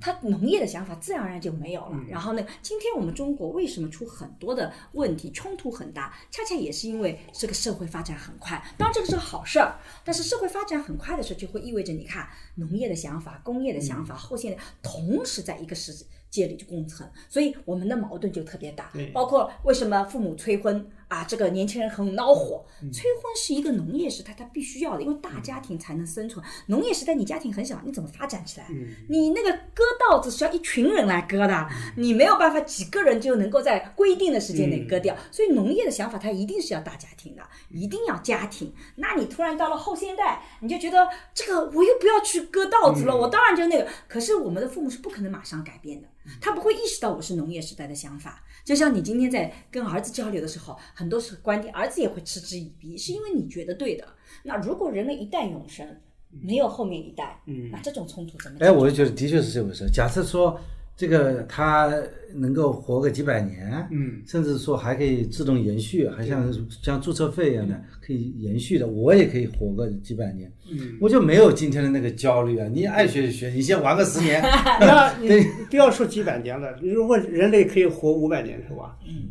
他农业的想法自然而然就没有了。然后呢，今天我们中国为什么出很多的问题，冲突很大，恰恰也是因为这个社会发展很快。当然这个是好事儿，但是社会发展很快的时候，就会意味着你看农业的想法、工业的想法、后现代同时在一个时界里就共存，所以我们的矛盾就特别大
对。
包括为什么父母催婚啊，这个年轻人很恼火。催婚是一个农业时代它必须要的，因为大家庭才能生存。农业时代你家庭很小，你怎么发展起来？你那个割稻子是要一群人来割的，你没有办法几个人就能够在规定的时间内割掉。所以农业的想法它一定是要大家庭的，一定要家庭。那你突然到了后现代，你就觉得这个我又不要去割稻子了，
嗯
我当然就那个。可是我们的父母是不可能马上改变的，
嗯
他不会意识到我是农业时代的想法。就像你今天在跟儿子交流的时候，很多时候观点，儿子也会嗤之以鼻，是因为你觉得对的。那如果人类一旦永生，
嗯
没有后面一代，那这种冲突怎么解决？
哎，我就觉得的确是这回事。假设说这个它能够活个几百年，
嗯，
甚至说还可以自动延续，还像像注册费一样的可以延续的，我也可以活个几百年，嗯，我就没有今天的那个焦虑啊。你爱学就学，你先玩个 十年，
那你不要说几百年了，如果人类可以活五百年是吧？嗯，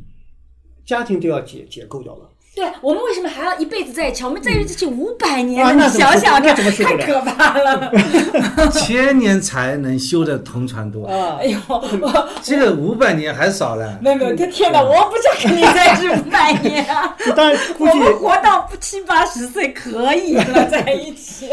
家庭都要解解构掉了。
对啊我们为什么还要一辈子在一起？我们在一起五百年
啊
了，
那
你
怎么
想
受
想
那
看，
怎么受
太
得了
可怕了！
千年才能修得同 船渡，
啊
哎，呦，我
这个五百年还少了。
没有没
嗯
有，天
啊
天哪，我不想跟你在一起五百年啊！
当然
我
估计
们活到七八十岁可以了，在一 起。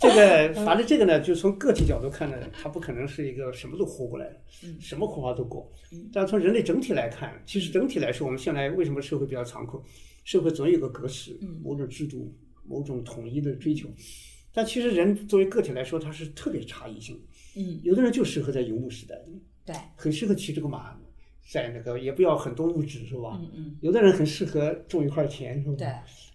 这 个，
嗯
反正这个呢，就从个体角度看呢，它不可能是一个什么都活过来的，
嗯
什么火花都够。但从人类整体来看，其实整体来说，我们现在为什么社会比较残酷？社会总有个格式，
嗯
某种制度，某种统一的追求。但其实人作为个体来说，他是特别差异性的。
嗯，
有的人就适合在游牧时代，
对，
很适合骑这个马，在那个也不要很多物质，是吧？
嗯嗯，
有的人很适合种一块田，是吧？
对。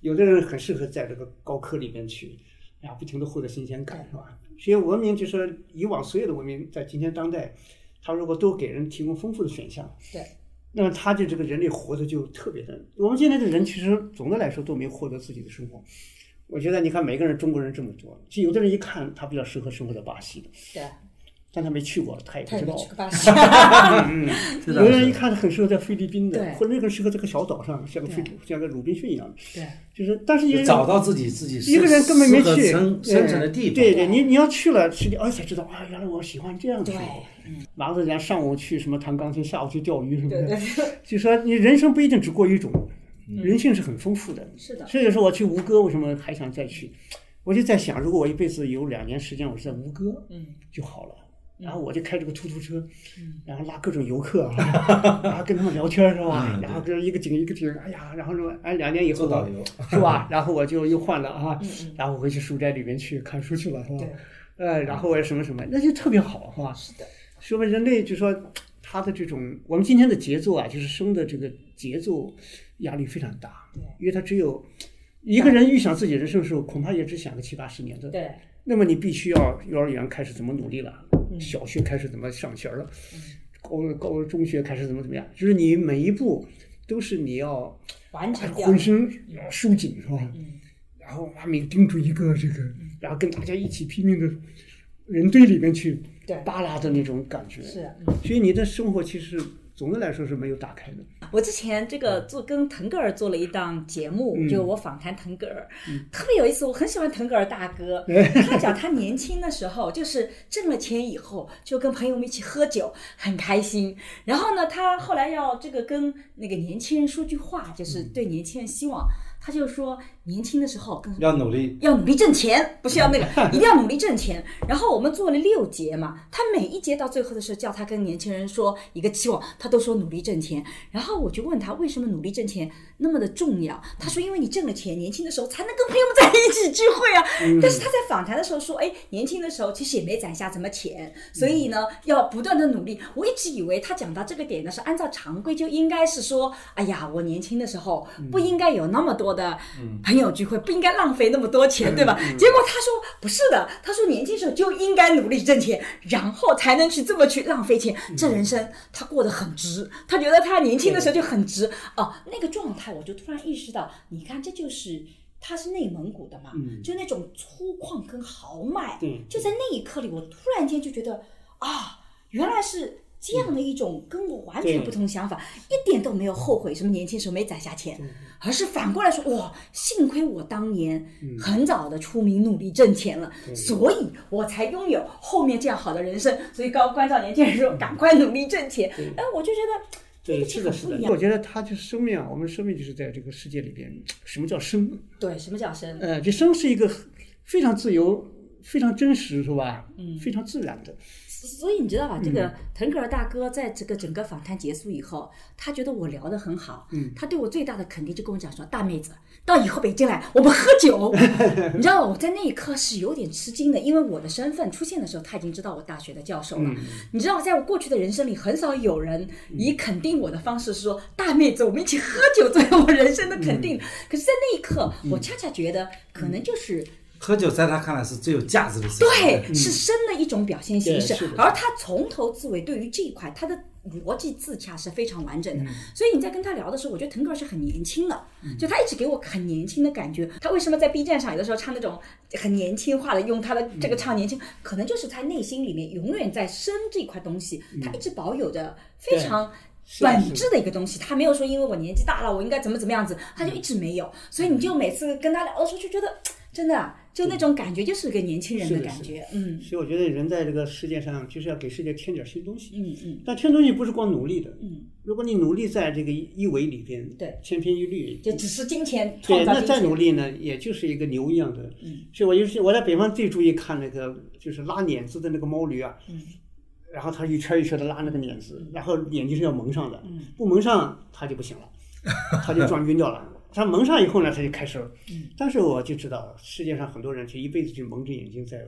有的人很适合在这个高科里面去，啊，不停的获得新鲜感，是吧？所以文明就说，以往所有的文明在今天当代，它如果都给人提供丰富的选项，
对，
那么他就这个人类活的就特别的。我们现在的人其实总的来说都没获得自己的生活。我觉得你看，每个人中国人这么多，就有的人一看他比较适合生活在巴西的，
对，
但他没去过，他也不
他也
知
没
道。
去过巴 西。
这倒
有的人一
是。
看很适合在菲律宾的
对，
或者那个适合在个小岛上，像个菲像个鲁滨逊一样的，
对，
就是但是也有
找到自己自己
一个人根本没
适合
去
生
对
生存的地方，
对对，你你要去了，实际哎才知道啊，原来我喜欢这样的生
对
活。拿着人家上午去什么弹钢琴，下午去钓鱼什么
对
的，
对，嗯
就说你人生不一定只过一种，人性是很丰富的。
是的，
这也是我去吴哥为什么还想再去，我就在想，如果我一辈子有两年时间，我是在吴哥，
嗯，
就好了。然后我就开着个出租车，然后拉各种游客啊，然后跟他们聊天是吧？然后跟一个景一个景，哎呀，然后说哎两年以后
嗯做导
我
游，
是吧？然后我就又换了啊，然后我回去书斋里面去看书去了是吧？呃，然后我什么什么，那就特别好哈。是的，说明人类就说他的这种我们今天的节奏啊，就是生的这个节奏压力非常大，因为他只有一个人预想自己人生的时候，恐怕也只想个七八十年的。
对，
那么你必须要幼儿园开始怎么努力了，
嗯
小学开始怎么上学了，高高中学开始怎么怎么样，就是你每一步都是你要哎
完成掉
浑，身要收紧是吧？
嗯
然后把每盯住一个这个，然后跟大家一起拼命的人堆里面去
对
扒拉的那种感觉。
是。嗯
所以你的生活其实总的来说是没有打开的。
我之前这个做跟腾格尔做了一档节目，
嗯
就我访谈腾格尔，特别有意思。我很喜欢腾格尔大哥，他讲他年轻的时候，就是挣了钱以后，就跟朋友们一起喝酒，很开心。然后呢，他后来要这个跟那个年轻人说句话，就是对年轻人希望，他就说年轻的时候跟
要努力。
要努力挣钱，不是要那个， 一定要努力挣钱。然后我们做了六节嘛，他每一节到最后的时候，叫他跟年轻人说一个期望，他都说努力挣钱。然后我就问他为什么努力挣钱那么的重要，他说因为你挣了钱，年轻的时候才能跟朋友们在一起聚会啊。但是他在访谈的时候说，哎，年轻的时候其实也没攒下什么钱，所以呢要不断的努力。我一直以为他讲到这个点呢，是按照常规就应该是说，哎呀，我年轻的时候
嗯
不应该有那么多的朋友聚会，不应该浪费那么多
嗯
钱，对吧？结果他说不是的，他说年轻时候就应该努力挣钱，然后才能去这么去浪费钱。
嗯
这人生他过得很值，他觉得他年轻的时候就很值哦，那个状态我就突然意识到，你看这就是。他是内蒙古的嘛，就那种粗犷跟豪迈，
嗯对
就在那一刻里，我突然间就觉得啊，原来是这样的一种跟我完全不同的想法，
嗯
一点都没有后悔什么年轻时候没攒下钱，而是反过来说，哇，幸亏我当年
嗯
很早的出名努力挣钱了，所以我才拥有后面这样好的人生。所以高关照年轻人说，赶快努力挣钱。哎，我就觉得
嗯
哎
对，是的，是的。我觉得它就是生命啊，我们生命就是在这个世界里边，什么叫生？
对，什么叫生？
呃，这生是一个非常自由、非常真实，是吧？嗯，非常自然的。
所以你知道吧？这个腾格尔大哥在这个整个访谈结束以后，他觉得我聊得很好，他对我最大的肯定就跟我讲说：“大妹子，到以后北京来，我们喝酒。”你知道我在那一刻是有点吃惊的，因为我的身份出现的时候，他已经知道我大学的教授了。你知道，在我过去的人生里，很少有人以肯定我的方式说：“大妹子，我们一起喝酒。”作为我人生的肯定。可是，在那一刻，我恰恰觉得可能就是。
喝酒在他看来是最有价值的事情。
对，是生的一种表现形式
嗯对是，的
而他从头至尾对于这一块他的逻辑自洽是非常完整
嗯
的。所以你在跟他聊的时候，我觉得腾格尔是很年轻的，就他一直给我很年轻的感觉。他为什么在 B 站上有的时候唱那种很年轻化的，用他的
嗯
这个唱年轻，可能就是他内心里面永远在生这块东西，他一直保有着非常。
嗯的
本质的一个东西，他没有说因为我年纪大了，我应该怎么怎么样子，他
嗯
就一直没有。所以你就每次跟他聊的时候，就觉得真的啊就那种感觉，就是个年轻人的
是的
感
是的
觉，嗯。
所以我觉得人在这个世界上，就是要给世界添点新东西。
嗯嗯，
但添东西不是光努力的，
嗯，
如果你努力在这个一一维里边，
对
千篇一律，
就只是金钱创
对，
造
那
金
再
钱。啊
努力呢，也就是一个牛一样的。嗯，所以我就是我在北方最注意看那个就是拉碾子的那个猫驴啊，嗯，然后它一圈一圈的拉那个碾子，
嗯
然后眼睛是要蒙上的，嗯，不蒙上它就不行了，它就撞晕掉了。它蒙上以后呢，它就开始。
嗯
但是我就知道，世界上很多人就一辈子就蒙着眼睛在，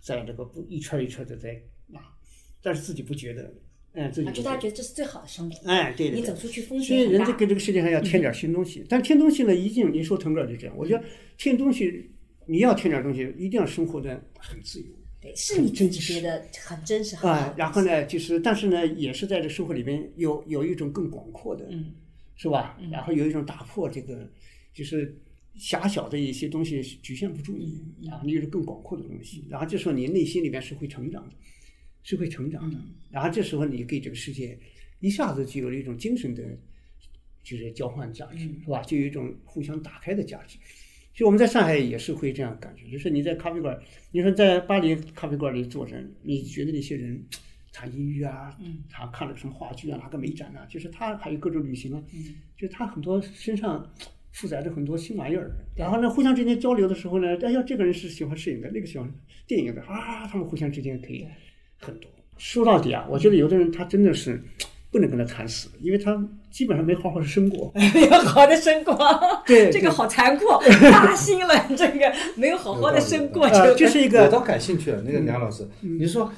在这个不一圈一圈的在拉，但是自己不觉得，哎，自己
啊，
不
就
觉
大家
得
觉得这是最好的生活。
哎，对对
你
对
走出去风
所
险
以
很
人
大
在。跟这个世界上要添点新东西，但添东西呢，一定你说腾格尔就这样，我觉得添东西你要添点东西，一定要生活的很自由
对，是你自己觉得很真实，很好
啊
的。
然后呢，就是但是呢，也是在这生活里面有有一种更广阔的，
嗯
是吧？然后有一种打破这个就是狭小的一些东西局限不住你，然后你有一种更广阔的东西，然后这时候你内心里面是会成长的，是会成长的。然后这时候你给这个世界一下子就有了一种精神的，就是交换价值，是吧？就有一种互相打开的价值。其实我们在上海也是会这样感觉，就是你在咖啡馆，你说在巴黎咖啡馆里坐着，你觉得那些人谈音乐啊，他看了什么话剧啊，哪个美展啊，就是他还有各种旅行啊，就是他很多身上负载着很多新玩意儿。然后呢，互相之间交流的时候呢，哎呀，这个人是喜欢摄影的，那个喜欢电影的啊，他们互相之间可以很多。说到底啊，我觉得有的人他真的是不能跟他谈死，因为他基本上没好好的生过。
没 有好好的生过，
对
这个
对
好残酷，扎心了。这个没有好好的生过，这
呃，
个
这是一
我
个嗯
倒感兴趣
啊
了，那个梁老师，你说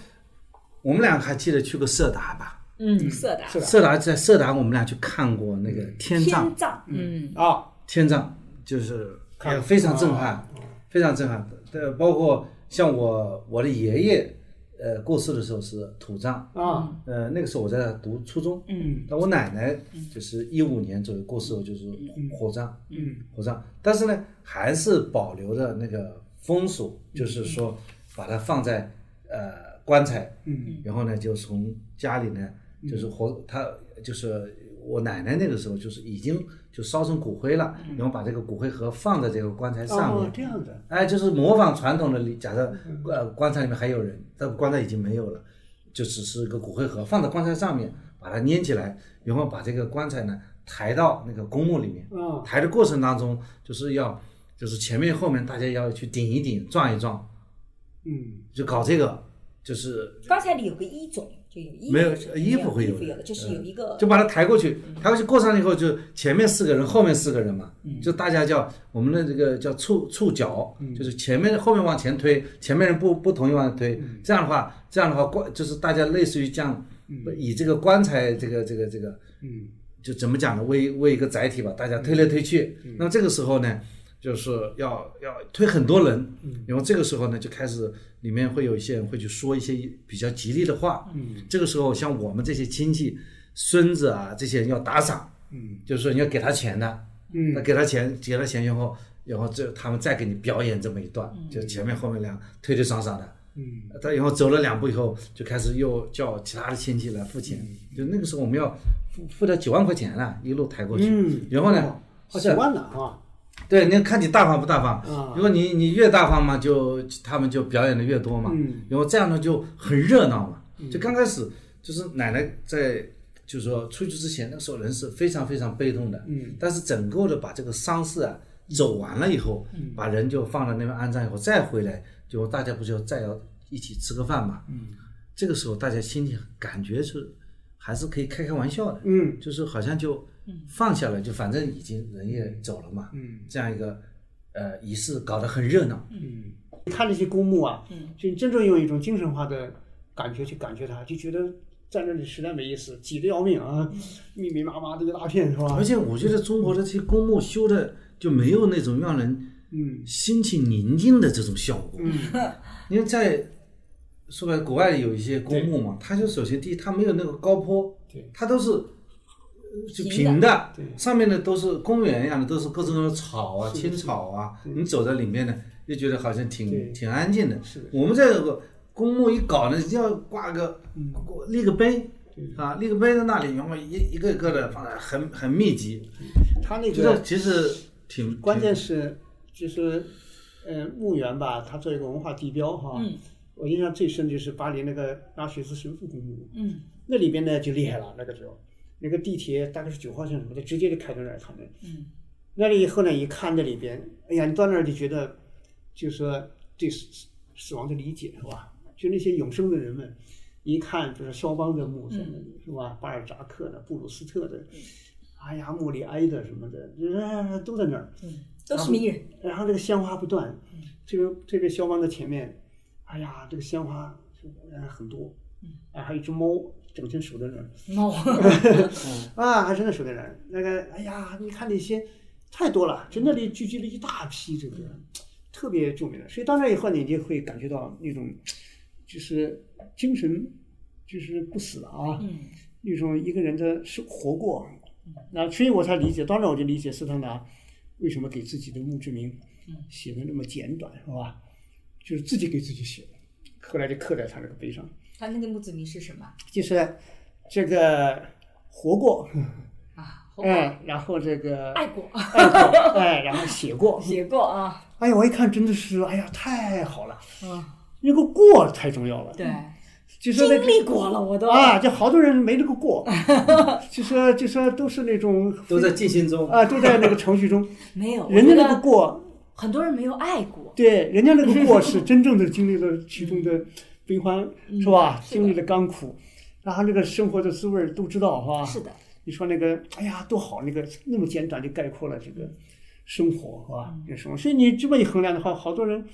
我们俩还记得去过色达吧？
嗯，色的
是吧
色达在色达，我们俩去看过那个天葬
天，葬，嗯，
啊，
天葬就是
看啊
也非常震撼，非常震撼。呃，包括像我我的爷爷，呃，过世的时候是土葬，
啊，
呃，那个时候我在读初中，
嗯，
但我奶奶就是一五年左右过世，就是火葬，
嗯，
火葬，但是呢，还是保留着那个风俗，就是说把它放在呃棺材，
嗯，
然后呢，就从家里呢，就是火，他就是我奶奶那个时候就是已经就烧成骨灰了，然后把这个骨灰盒放在这个棺材上
哦
面，，
这样的，
哎，就是模仿传统的礼，假设呃棺材里面还有人，但棺材已经没有了，就只是一个骨灰盒放在棺材上面，把它粘起来，然后把这个棺材呢抬到那个公墓里面。
啊，
抬的过程当中，就是要就是前面后面大家要去顶一顶、撞一撞，
嗯，
就搞这个，就是
棺材里有个衣种，就有衣服
没有
是
呃衣服会
衣
有
服有
的
的，就是
嗯
有一个
就把它抬过去，抬过去过上以后就前面四个人，后面四个人嘛，就大家叫我们的这个叫触触角，就是前面后面往前推，前面人不不同意往前推，这样的话这样的话棺就是大家类似于这样以这个棺材这个这个这个
嗯，
就怎么讲呢？为为一个载体吧，大家推来推去。那么这个时候呢，就是要要推很多人，然后这个时候呢，就开始里面会有一些人会去说一些比较吉利的话。嗯，这个时候像我们这些亲戚、孙子啊，这些人要打赏，
嗯，
就是说你要给他钱的，
嗯
那给他钱，给他钱以后，然后这他们再给你表演这么一段，就前面后面两推推搡搡的。
嗯，
他然后走了两步以后，就开始又叫其他的亲戚来付钱。
嗯
就那个时候我们要付付掉几万块钱了，一路抬过去。
嗯
然后呢
哦，好几
是
万呢啊，
对，你看你大方不大方。
啊
如果你你越大方嘛，就他们就表演的越多嘛。
嗯
然后这样呢就很热闹嘛。就刚开始就是奶奶在就是说出去之前，那个时候人是非常非常被动的。
嗯。
但是整个的把这个丧事啊走完了以后，
嗯
把人就放在那边安葬以后再回来，就大家不就再要一起吃个饭嘛。嗯。这个时候大家心里感觉是还是可以开开玩笑的。
嗯
就是好像就放下了，就反正已经人也走了嘛，
嗯
这样一个呃仪式搞得很热闹，
嗯，他那些公墓啊，就真正用一种精神化的感觉去感觉它，就觉得在那里实在没意思，挤得要命啊，密密麻麻的一大片是吧
而？且我觉得中国的这些公墓修的就没有那种让人
嗯
心情宁静的这种效果，因为在说白了，国外有一些公墓嘛，它就首先第一它没有那个高坡
对，
它都是呃就
平的
平的
对，
上面呢都是公园一样的，都是各种各样的草啊、青草啊，你走在里面呢，就觉得好像挺
对
挺安静的
是的。
我们这个公墓一搞呢，就要挂个
嗯
挂立个碑。啊，立个碑在那里，然后一一个一个的放在很很密集，
他那
觉得
个
其实挺
关键是就是，呃，墓园吧，它做一个文化地标哈。
嗯
我印象最深就是巴黎那个拉雪兹神父公墓，
嗯
那里边呢就厉害了，那个时候，那个地铁大概是九号线什么的，直接就开到那儿，他们。
嗯
那里以后呢，一看那里边，哎呀，你到那儿就觉得，就说对死死死亡的理解是吧？就那些永生的人们，一看，比如说肖邦的墓在那里、是吧？巴尔扎克的、布鲁斯特的，哎呀，穆里埃的什么的，呃都在那儿。
嗯，都是名 人，
然后这个鲜花不断，这个这个肖邦的前面，哎呀，这个鲜花呃很多，啊，还有一只猫整天守在那儿。
猫，
啊，还真的守在那儿。那个，哎呀，你看那些太多了，就那里聚集了一大批这个特别著名的，所以到那以后呢，你就会感觉到那种就是精神就是不死的啊，
嗯
那种一个人的生活过。那所以我才理解，当然我就理解斯汤达为什么给自己的墓志铭写的那么简短，是吧？就是自己给自己写的，后来就刻在他那个碑上，
他那个墓志铭是什么
就是这个活过。
啊？
哎，然后这个
爱过，
爱过，哎，然后写 过。
写过啊，
哎呀，我一看真的是，哎呀，太好了，
嗯，
那个过太重要了。
对，
就说那
经
个
历过了，我都
啊，就好多人没那个过， 就说就说都是那种
都在进行 中。
啊，都在那个程序中，
没有，
人家那个
我觉得
过，
很多人没有爱过，
对，人家那个过是真正的经历了其中的悲欢，是吧？
嗯是的
经历了甘苦，然后这个生活的滋味儿都知道，是吧？
是的，
你说那个，哎呀，多好，那个那么简短就概括了这个生活，
嗯
是吧？这个生活，所以你这么一衡量的话，好多人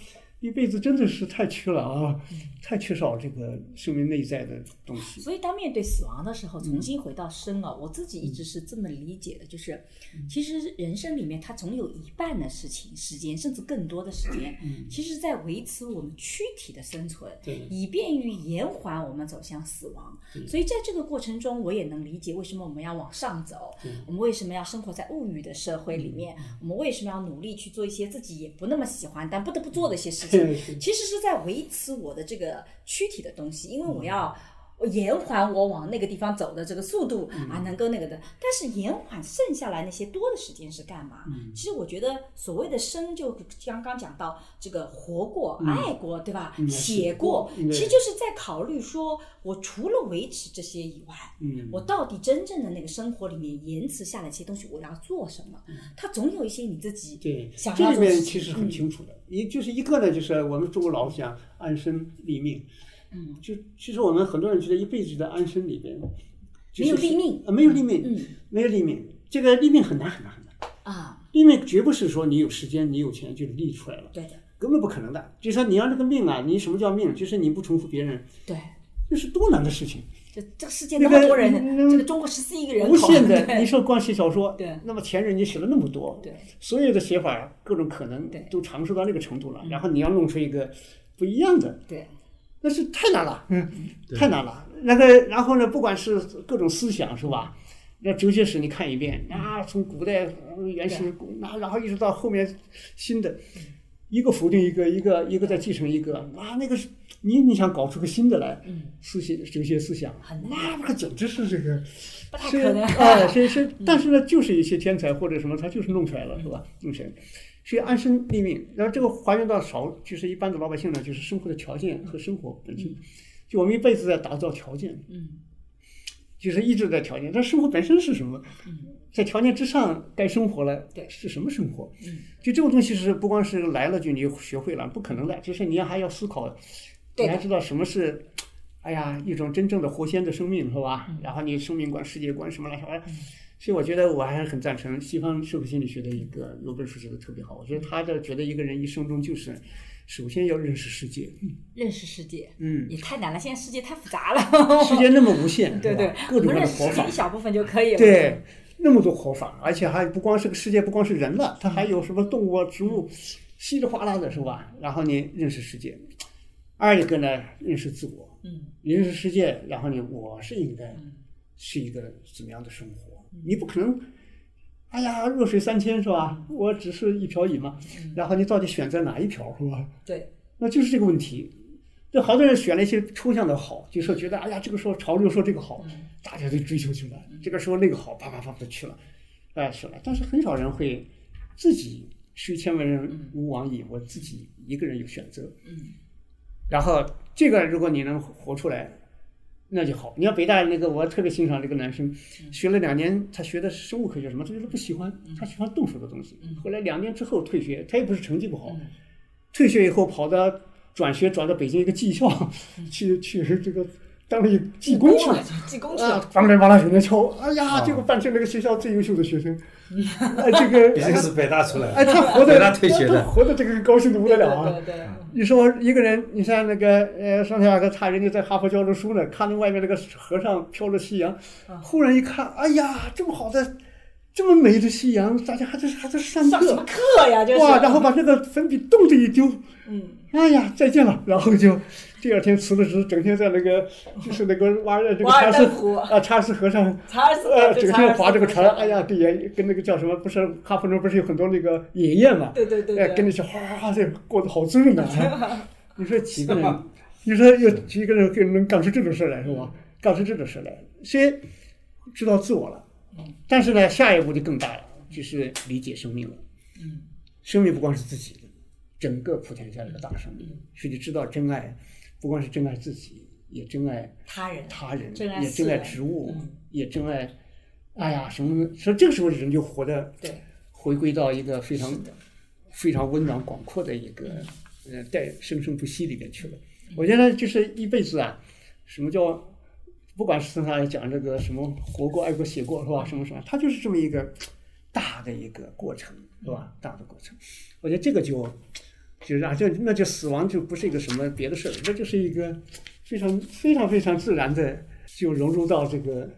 一辈子真的是太缺了啊，
嗯
太缺少这个生命内在的东西。
所以当面对死亡的时候，重新回到生
嗯
啊，我自己一直是这么理解的，就是其实人生里面，它总有一半的事情时间，甚至更多的时间，
嗯
其实在维持我们躯体的生存，
对
以便于延缓我们走向死亡。所以在这个过程中，我也能理解为什么我们要往上走，我们为什么要生活在物欲的社会里面，
嗯
我们为什么要努力去做一些自己也不那么喜欢但不得不做的一些事情
对是，
其实是在维持我的这个躯体的东西，因为
嗯
我要。延缓我往那个地方走的这个速度
嗯
啊，能够那个的，但是延缓剩下来那些多的时间是干嘛？
嗯
其实我觉得所谓的生，就刚刚讲到这个活过、爱过，对吧？
嗯
写过，
嗯
其实就是在考虑说，我除了维持这些以外，
嗯，
我到底真正的那个生活里面延迟下来一些东西，我要做什么？它总有一些你自己
嗯对，
想
这
要
里
做的
面
事
其实很
情。
清楚的，一就是一个呢，就是我们中国老讲安身立命，嗯，就其实我们很多人觉得一辈子的安身里边，就
没有
是
立命
啊，没有立命，
嗯，
没有立命，这个立命很难很难很难，
嗯啊，
立命绝不是说你有时间你有钱就立出来了，
对的，
根本不可能的。就是说你要这个命啊，你什么叫命？就是你不重复别人，
对，
这是多难的事情。
就这个世界那
那
么
个
多人，
嗯
这个中国十四亿个人口，
无限 的，
对
你说光写小说，
对
那么前人你写了那么多，
对，
所有的写法各种可能
对嗯
都尝试到那个程度了，然后你要弄出一个不一样的，
对，
那是太难了，嗯，太难了。那个，然后呢，不管是各种思想是吧？
嗯
那哲学史你看一遍啊，从古代呃原始，那然后一直到后面新的，
嗯
一个否定一个，一个一个再继承一个，啊，那个是你你想搞出个新的来，思想哲学思想，
嗯很难
那可简直是这个，
不太
是
可能 嗯
哎，是是，但是呢，就是一些天才或者什么，他就是弄出来了，是吧？
嗯
弄出来，所以安身立命。然后这个还原到少，就是一般的老百姓呢，就是生活的条件和生活本身。就我们一辈子在打造条件，
嗯，
就是一直在条件。但生活本身是什么？在条件之上该生活了，
嗯对嗯
是什么生活？就这种东西是不光是来了就你学会了，不可能的，就是你还要思考，
对
你
的
还知道什么是，哎呀，一种真正的活鲜的生命是吧？
嗯
然后你生命观、世界观什么来什么来。所以我觉得我还是很赞成西方社会心理学的一个有本书写的特别好，我觉得他的觉得一个人一生中就是首先要认识世界，
认识世界，
嗯
也太难了，现在世界太复杂了，
世界那么无限，
哦 对
是吧
对，我
各种各
们
样的
认识
活
世界
法
一，小部分就可以了，
对，那么多活法，而且还不光是个世界，不光是人了，它还有什么动物、啊、植物，稀里哗啦的是吧？然后你认识世界，二一个呢，认识自我，
嗯，
认识世界，然后你我是应该是一个怎么样的生活？你不可能。哎呀，弱水三千是吧？我只是一瓢饮嘛，然后你到底选择哪一瓢是吧？
对，
那就是这个问题。这好多人选了一些抽象的好，就说觉得哎呀，这个时候潮流说这个好，大家都追求去了；这个时候那个好，啪啪啪的去了，哎去了。但是很少人会自己虽千万人吾往矣，我自己一个人有选择。
嗯，
然后这个如果你能活出来，那就好。你看北大那个，我特别欣赏这个男生，
嗯
学了两年，他学的是生物科学什么，他觉得不喜欢，他喜欢动手的东西。
嗯
后来两年之后退学，他也不是成绩不好，退学以后跑到转学转到北京一个技校，
嗯
去去这个当了一技工去了。
济公去
啊
了，，
帮着帮他学的敲，哎呀，
啊
这个半成那个学校最优秀的 学生，哎，这个，
毕竟是北大出来
哎，
的，
他活
北
的，
大退学的
他活的这个高兴的不得了啊！
对对对，
你说一个人，你像那个呃，上下课他人家在哈佛教着书呢，看着外面那个和尚飘着夕阳，
啊
忽然一看，哎呀，这么好的，这么美的夕阳，大家还在还在上
上什么
课，
课呀？这是
哇，然后把那个粉笔咚的一丢，
嗯，
哎呀，再见了，然后就第二天辞了职，整天在那个就是那个瓦尔这个
瓦尔
查
登
士
湖
啊查尔斯和尚。
查尔斯
呃，整天划
划
这个船，哎呀，，跟也跟那个叫什么，不是哈佛中不是有很多那个野雁嘛？
对对对对
哎，跟那些哗哗哗的过得好滋润呐。 你说几个人？你说有几个人能能干出这种事儿来是吧？
嗯
干出这种事儿来，先知道自我了，
嗯
但是呢，下一步就更大了，就是理解生命了。
嗯，
生命不光是自己的，整个普天下这个大生命，
嗯
所以就知道真爱，不光是真爱自己，也真爱
他人，
他人，
珍爱
也
世
珍爱
人
植物，
嗯
也珍爱，哎呀，什么？所以这个时候人就活得
对，
回归到一个非
嗯
常非常温暖广阔的一个呃，在生生不息里面去了。我觉得就是一辈子啊，什么叫不管是从他来讲这个什么活过、爱过、写过是吧？什么什么，他就是这么一个大的一个过程是
嗯
吧？大的过程，我觉得这个就就是啊，就那就死亡就不是一个什么别的事儿，那就是一个非常非常非常自然的就融入到这个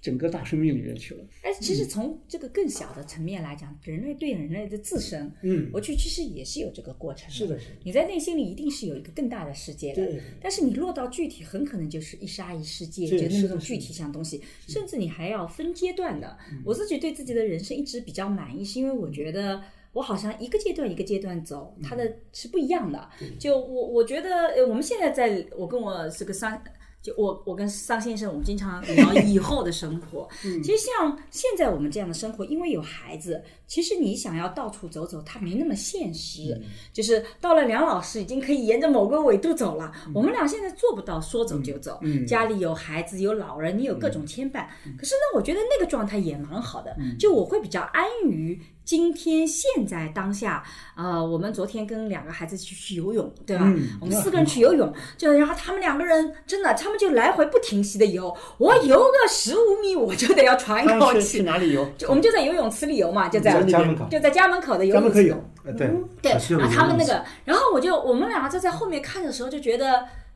整个大生命里面去了。
但是哎其实从这个更小的层面来讲，人类对人类的自身，
嗯，
我去其实也是有这个过程
是的，是的，
你在内心里一定是有一个更大的世界的，
对。
但是你落到具体，很可能就是一沙一世界，
是
就那
是
种
的嗯
具体像东西，甚至你还要分阶段的。我自己对自己的人生一直比较满意，是因为我觉得。我好像一个阶段一个阶段走，它
嗯
的是不一样的。就我我觉得，呃我们现在在，我跟我这个桑，就我我跟桑先生，我们经常聊以后的生活。
嗯
其实像现在我们这样的生活，因为有孩子，其实你想要到处走走，它没那么现实。
嗯
就是到了梁老师已经可以沿着某个纬度走了，我们俩现在做不到说走就走。
嗯
家里有孩子有老人，你有各种牵绊。可是呢，我觉得那个状态也蛮好的，就我会比较安于今天现在当下。呃，我们昨天跟两个孩子去去游泳，对吧？
嗯
我们四个人去游泳，就然后他们两个人真的，他们就来回不停息的游，我游个十五米我就得要喘一
他
口
们去去
气。
哪里游？
就我们就在游泳池里游嘛，就在
在家门口，
就在家门口的游
咱
泳
们
池
可以游，
呃对，
对，
还是有
然后
一
他们
定
那
的
个，然后我就我们两个就在后面看的时候就觉得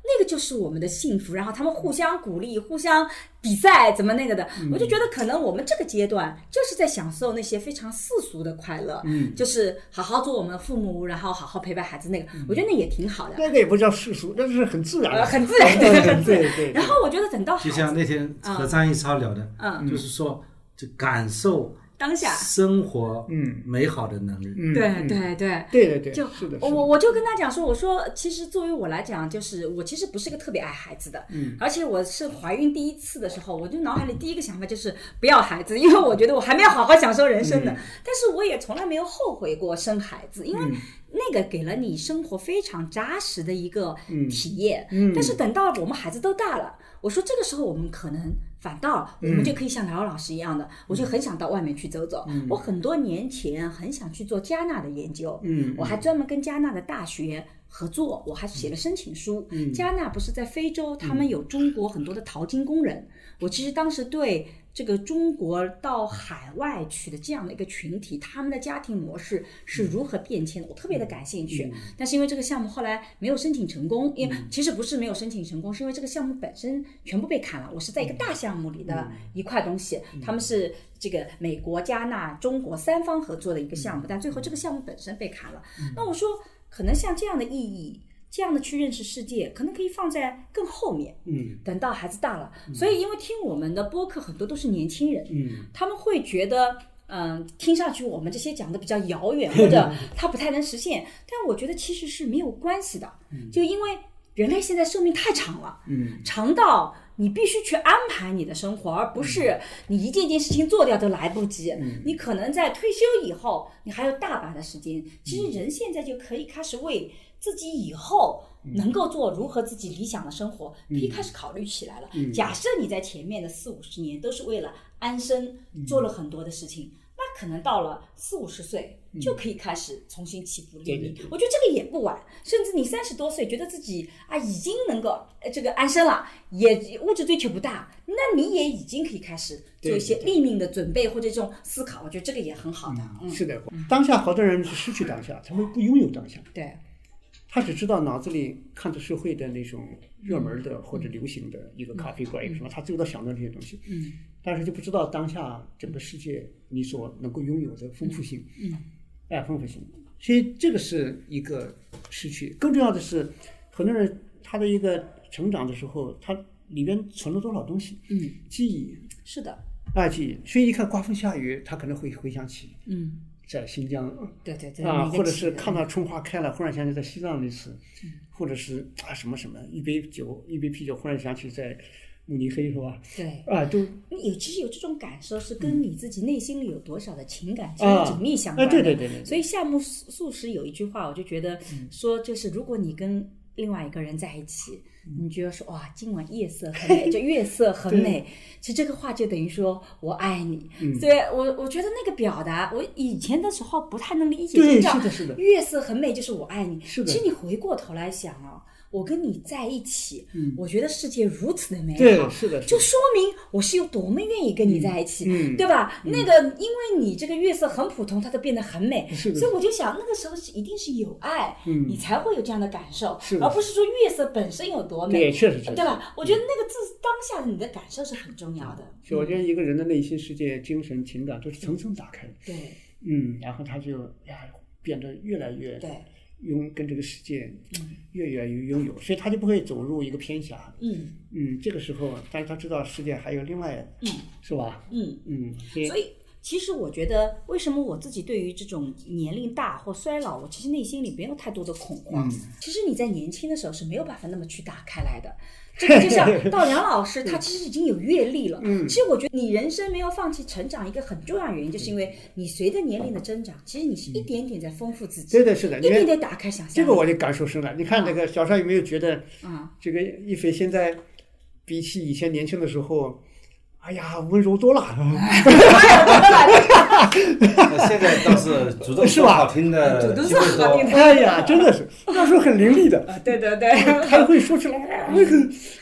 那个就是我们的幸福，然后他们互相鼓励，互相比赛怎么那个的，我就觉得可能我们这个阶段就是在享受那些非常世俗的快乐，
嗯
就是好好做我们父母，然后好好陪伴孩子那个，我觉得那也挺好的，
那个也不叫世俗，那是很自然
呃，
的，
很自然，对，很自
对
然。
对 对。
然后我觉得等到孩
就像嗯
子
那天和张一超聊的，
嗯
就是说就感受
当下，
生活
嗯
美好的能力。
嗯
对
嗯
对对，
对对对，
就是
的，是
我
的
我就跟他讲说，我说其实作为我来讲，就是我其实不是个特别爱孩子的，
嗯，
而且我是怀孕第一次的时候，我就脑海里第一个想法就是不要孩子，因为我觉得我还没有好好享受人生
嗯
的。 但是我也从来没有后悔过生孩子，因为那个给了你生活非常扎实的一个体验。
嗯
但是等到我们孩子都大了，我说这个时候我们可能反倒我们就
嗯
可以像梁老师一样的，我就很想到外面去走走。我很多年前很想去做加纳的研究，
嗯
我还专门跟加纳的大学合作，我还写了申请书。
嗯
加纳不是在非洲，他们有中国很多的淘金工人。我其实当时对这个中国到海外去的这样的一个群体，他们的家庭模式是如何变迁的，我特别的感兴趣。但是因为这个项目后来没有申请成功，因为其实不是没有申请成功，是因为这个项目本身全部被砍了。我是在一个大项目里的一块东西，他们是这个美国、加纳、中国三方合作的一个项目，但最后这个项目本身被砍了。那我说，可能像这样的意义。这样的去认识世界，可能可以放在更后面。
嗯
等到孩子大了，所以因为听我们的播客很多都是年轻人，
嗯
他们会觉得，嗯、听上去我们这些讲的比较遥 远，或者他不太能实现。但我觉得其实是没有关系的，就因为人类现在寿命太长了，
嗯
长到你必须去安排你的生活，而不
嗯
是你一件件事情做掉都来不及。你可能在退休以后，你还有大把的时间。其实人现在就可以开始为自己以后。能够做如何自己理想的生活，可
嗯
以开始考虑起来了。假设你在前面的四五十年都是为了安身
嗯
做了很多的事情，那可能到了四五十岁就可以开始重新起步立
嗯对
地
对对
我觉得这个也不晚，甚至你三十多岁觉得自己啊已经能够呃这个安身了，也物质追求不大，那你也已经可以开始
对
做一些
对
立命的准备或者这种思考，我觉得这个也很好的。嗯，
是的，当下好多人是失去当下，他们不拥有当下，
对，
他只知道脑子里看着社会的那种热门
嗯
的或者流行的一个咖啡馆，一个什么，他最多想到这些东西，
嗯，
但是就不知道当下整个世界你所能够拥有的丰富性，
嗯，
哎，丰富性，所以这个是一个失去。更重要的是，很多人他的一个成长的时候，他里边存了多少东西，
嗯，
记忆。
是的，
啊，记忆，所以一看刮风下雨，他可能会回想起
嗯，
在新疆
对对对，
啊，
每个
或者
企
是
业
看到春花开了，忽然想起在西藏那次，
嗯
或者是啊什么什么，一杯酒一杯啤酒，忽然想起在慕尼黑是吧？
对。
啊，都
你有其实有这种感受，是跟你自己内心里有多少的情感是
嗯啊
紧密相
哎，
关的。
对对对嗯对，
所以夏目漱漱石有一句话，我就觉得说，就是如果你跟另外一个人在一起，
嗯
你觉得说哇，今晚夜色很美，就月色很美。其实这个话就等于说我爱你。
嗯
所以我我觉得那个表达，我以前的时候不太能理解，
对
就叫
是的是的
月色很美就是我爱你。
是的
其实你回过头来想啊，我跟你在一起，我觉得世界如此的美好
嗯对，，是的，
就说明我是有多么愿意跟你在一起，
嗯
对吧？那个，因为你这个月色很普通，它就变得很美，
嗯是的
所以我就想，那个时候是一定是有爱，
嗯
你才会有这样的感受，
是的
而不是说月色本身有多
对，
美，
确实是，嗯
对吧？我觉得那个自当下的你的感受是很重要的，
所以我觉得一个人的内心世界、精神、情感都是层层打开的，
对
嗯，然后他就呀变得越来越
对，
拥跟这个世界越来越拥有，所以他就不会走入一个偏狭，
嗯
嗯，这个时候，但是他知道世界还有另外，
嗯，
是吧？
嗯，
嗯，所以
所以。其实我觉得，为什么我自己对于这种年龄大或衰老，我其实内心里没有太多的恐慌。
嗯
其实你在年轻的时候是没有办法那么去打开来的。这个就 像到梁老师，他其实已经有阅历了。
嗯
其实我觉得你人生没有放弃成长，一个很重要的原因，就是因为你随着年龄的增长，其实你是一点点在丰富自己，
嗯对的，是的，
一
你看
点点打开想象力。
这个我就感受深了。你看那个小帅有没有觉得
啊，
这个一菲现在比起以前年轻的时候，哎呀，温柔多了，
那现在倒是主 动说好听的
嗯主动
机
做
会
好
多
点。
哎呀，真的是那时候很伶俐的，
啊，对对 对。
还会说出来，那个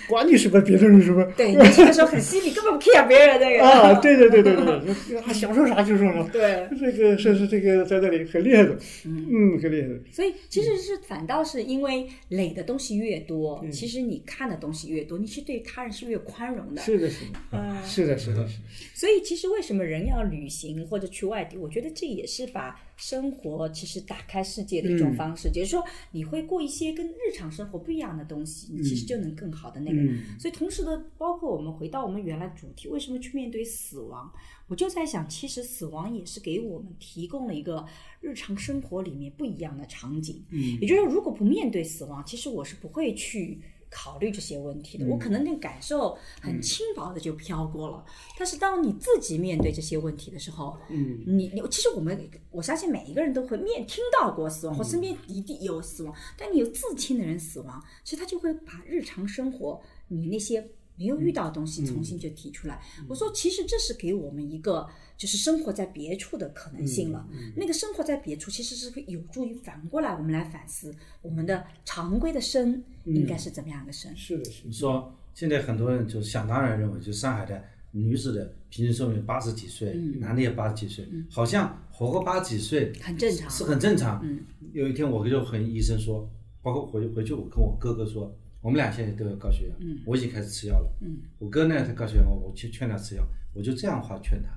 管你什么别人什么。
对，年轻的时候很犀利，根本不 care 别人的人。
啊，对对对对对，啊，想说啥就说啥，
对，
这个是是这个在那里很厉害的，嗯，很厉害的，
所以其实是反倒是因为累的东西越多，
嗯
其实你看的东西越多，你是对他人是越宽容的。
是的，是的，是的，是的，是的
所以其实为什么人要旅行或者去外地？我觉得这也是把生活其实打开世界的一
嗯
种方式，也就是说你会过一些跟日常生活不一样的东西，你其实就能更好的那个。
嗯
所以同时呢，包括我们回到我们原来的主题，为什么去面对死亡？我就在想，其实死亡也是给我们提供了一个日常生活里面不一样的场景。
嗯
也就是说，如果不面对死亡，其实我是不会去考虑这些问题的。我可能那个感受很轻薄的就飘过了。但是当你自己面对这些问题的时候，
嗯，
你你其实我们我相信每一个人都会面听到过死
嗯
亡，或身边一定有死亡，但你有至亲的人死亡，其实他就会把日常生活你那些。没有遇
嗯
到的东西，重新就提出来。我说，其实这是给我们一个，就是生活在别处的可能性
嗯
了。那个生活在别处，其实是会有助于反过来我们来反思我们的常规的生
嗯
应该是怎么样的生。
是的，是
你
的，
说现在很多人就是想当然认为，就上海的女子的平均寿命八十几岁，男的也八十几岁，好像活个八十几岁
嗯很正常嗯
是很正常。有一天我就和医生说，包括回回去我跟我哥哥说，我们俩现在都有高血压，
嗯
我已经开始吃药了。我哥呢他高血压，我去劝他吃药，我就这样话劝他，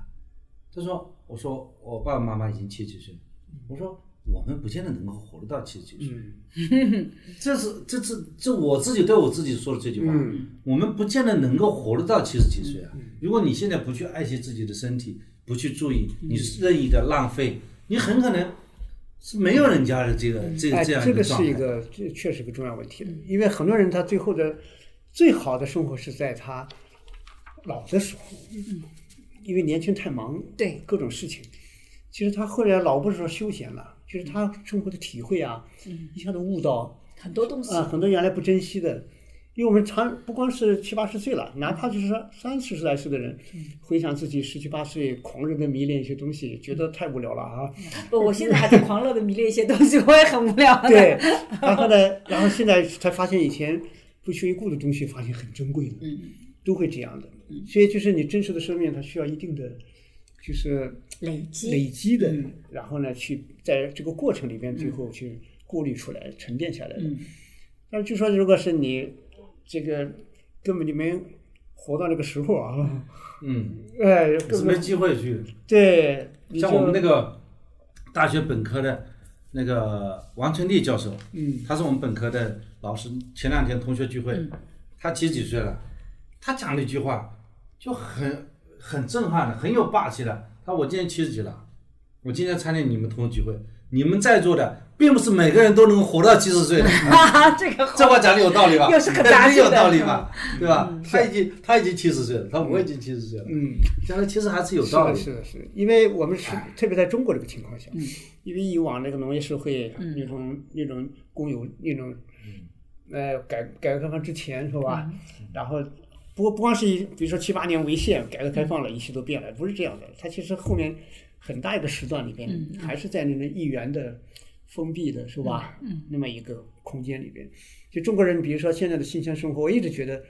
他说我说我爸爸妈妈已经七十几岁了，
嗯
我说我们不见得能够活得到七十几岁。
嗯
这是这这这我自己对我自己说的这句话，
嗯
我们不见得能够活得到七十几岁啊。如果你现在不去爱惜自己的身体，不去注意，你任意的浪费，你很可能是没有人家的这个、这
哎，
个这样
这
一
个嗯
状
是
态。
一个，这确实一个重要问题了，因为很多人他最后的最好的生活是在他老的时候，因为年轻太忙，
对
各种事情，其实他后来老不是说休闲了，就是他生活的体会啊，一下子悟到
很多东西，
啊，很多原来不珍惜的。因为我们常不光是七八十岁了，哪怕就是三十来岁的人，
嗯
回想自己十七八岁狂热的迷恋一些东西，觉得太无聊了啊，
不，我现在还在狂热的迷恋一些东西，我也很无聊的。
对，然后呢，然后现在才发现以前不屑一顾的东西，发现很珍贵了，
嗯，
都会这样的。所以就是你真实的生命，它需要一定的就是
累积嗯
累积的，然后呢，去在这个过程里边，最后去过滤出来、沉淀下来的。
嗯
但是就说，如果是你这个根本就没活到那个时候啊，
嗯，
哎，
是
根
没
本
机会去。
对，你
像我们
就
那个大学本科的那个王春丽教授，
嗯，
他是我们本科的老师。前两天同学聚会，他七十几岁了，他讲了一句话，就很很震撼的，很有霸气的。他说我今年七十几了，我今天参加你们同学聚会，你们在座的并不是每个人都能活到七十 岁的。
啊， 这个
这话讲的有道理吧？
又是很扎
真
心的
有道理吧？对吧？他已经他已经七十岁了，他我已经七十岁了，
嗯。
讲的其实还是有
是
道
的，
理。哎嗯
是的，是的，因为我们是特别在中国这个情况下，因为以往那个农业社会啊那种那种公有那种，
嗯
呃，改改革开放之前是吧？然后不过不光是以比如说七八年为限，改革开放了，一切都变了，
嗯
不是这样的。它其实后面很大一个时段里边还是在那种一元的封闭的，是吧？嗯，那么一个空间里边，就中国人，比如说现在的新鲜生活，我一直觉得，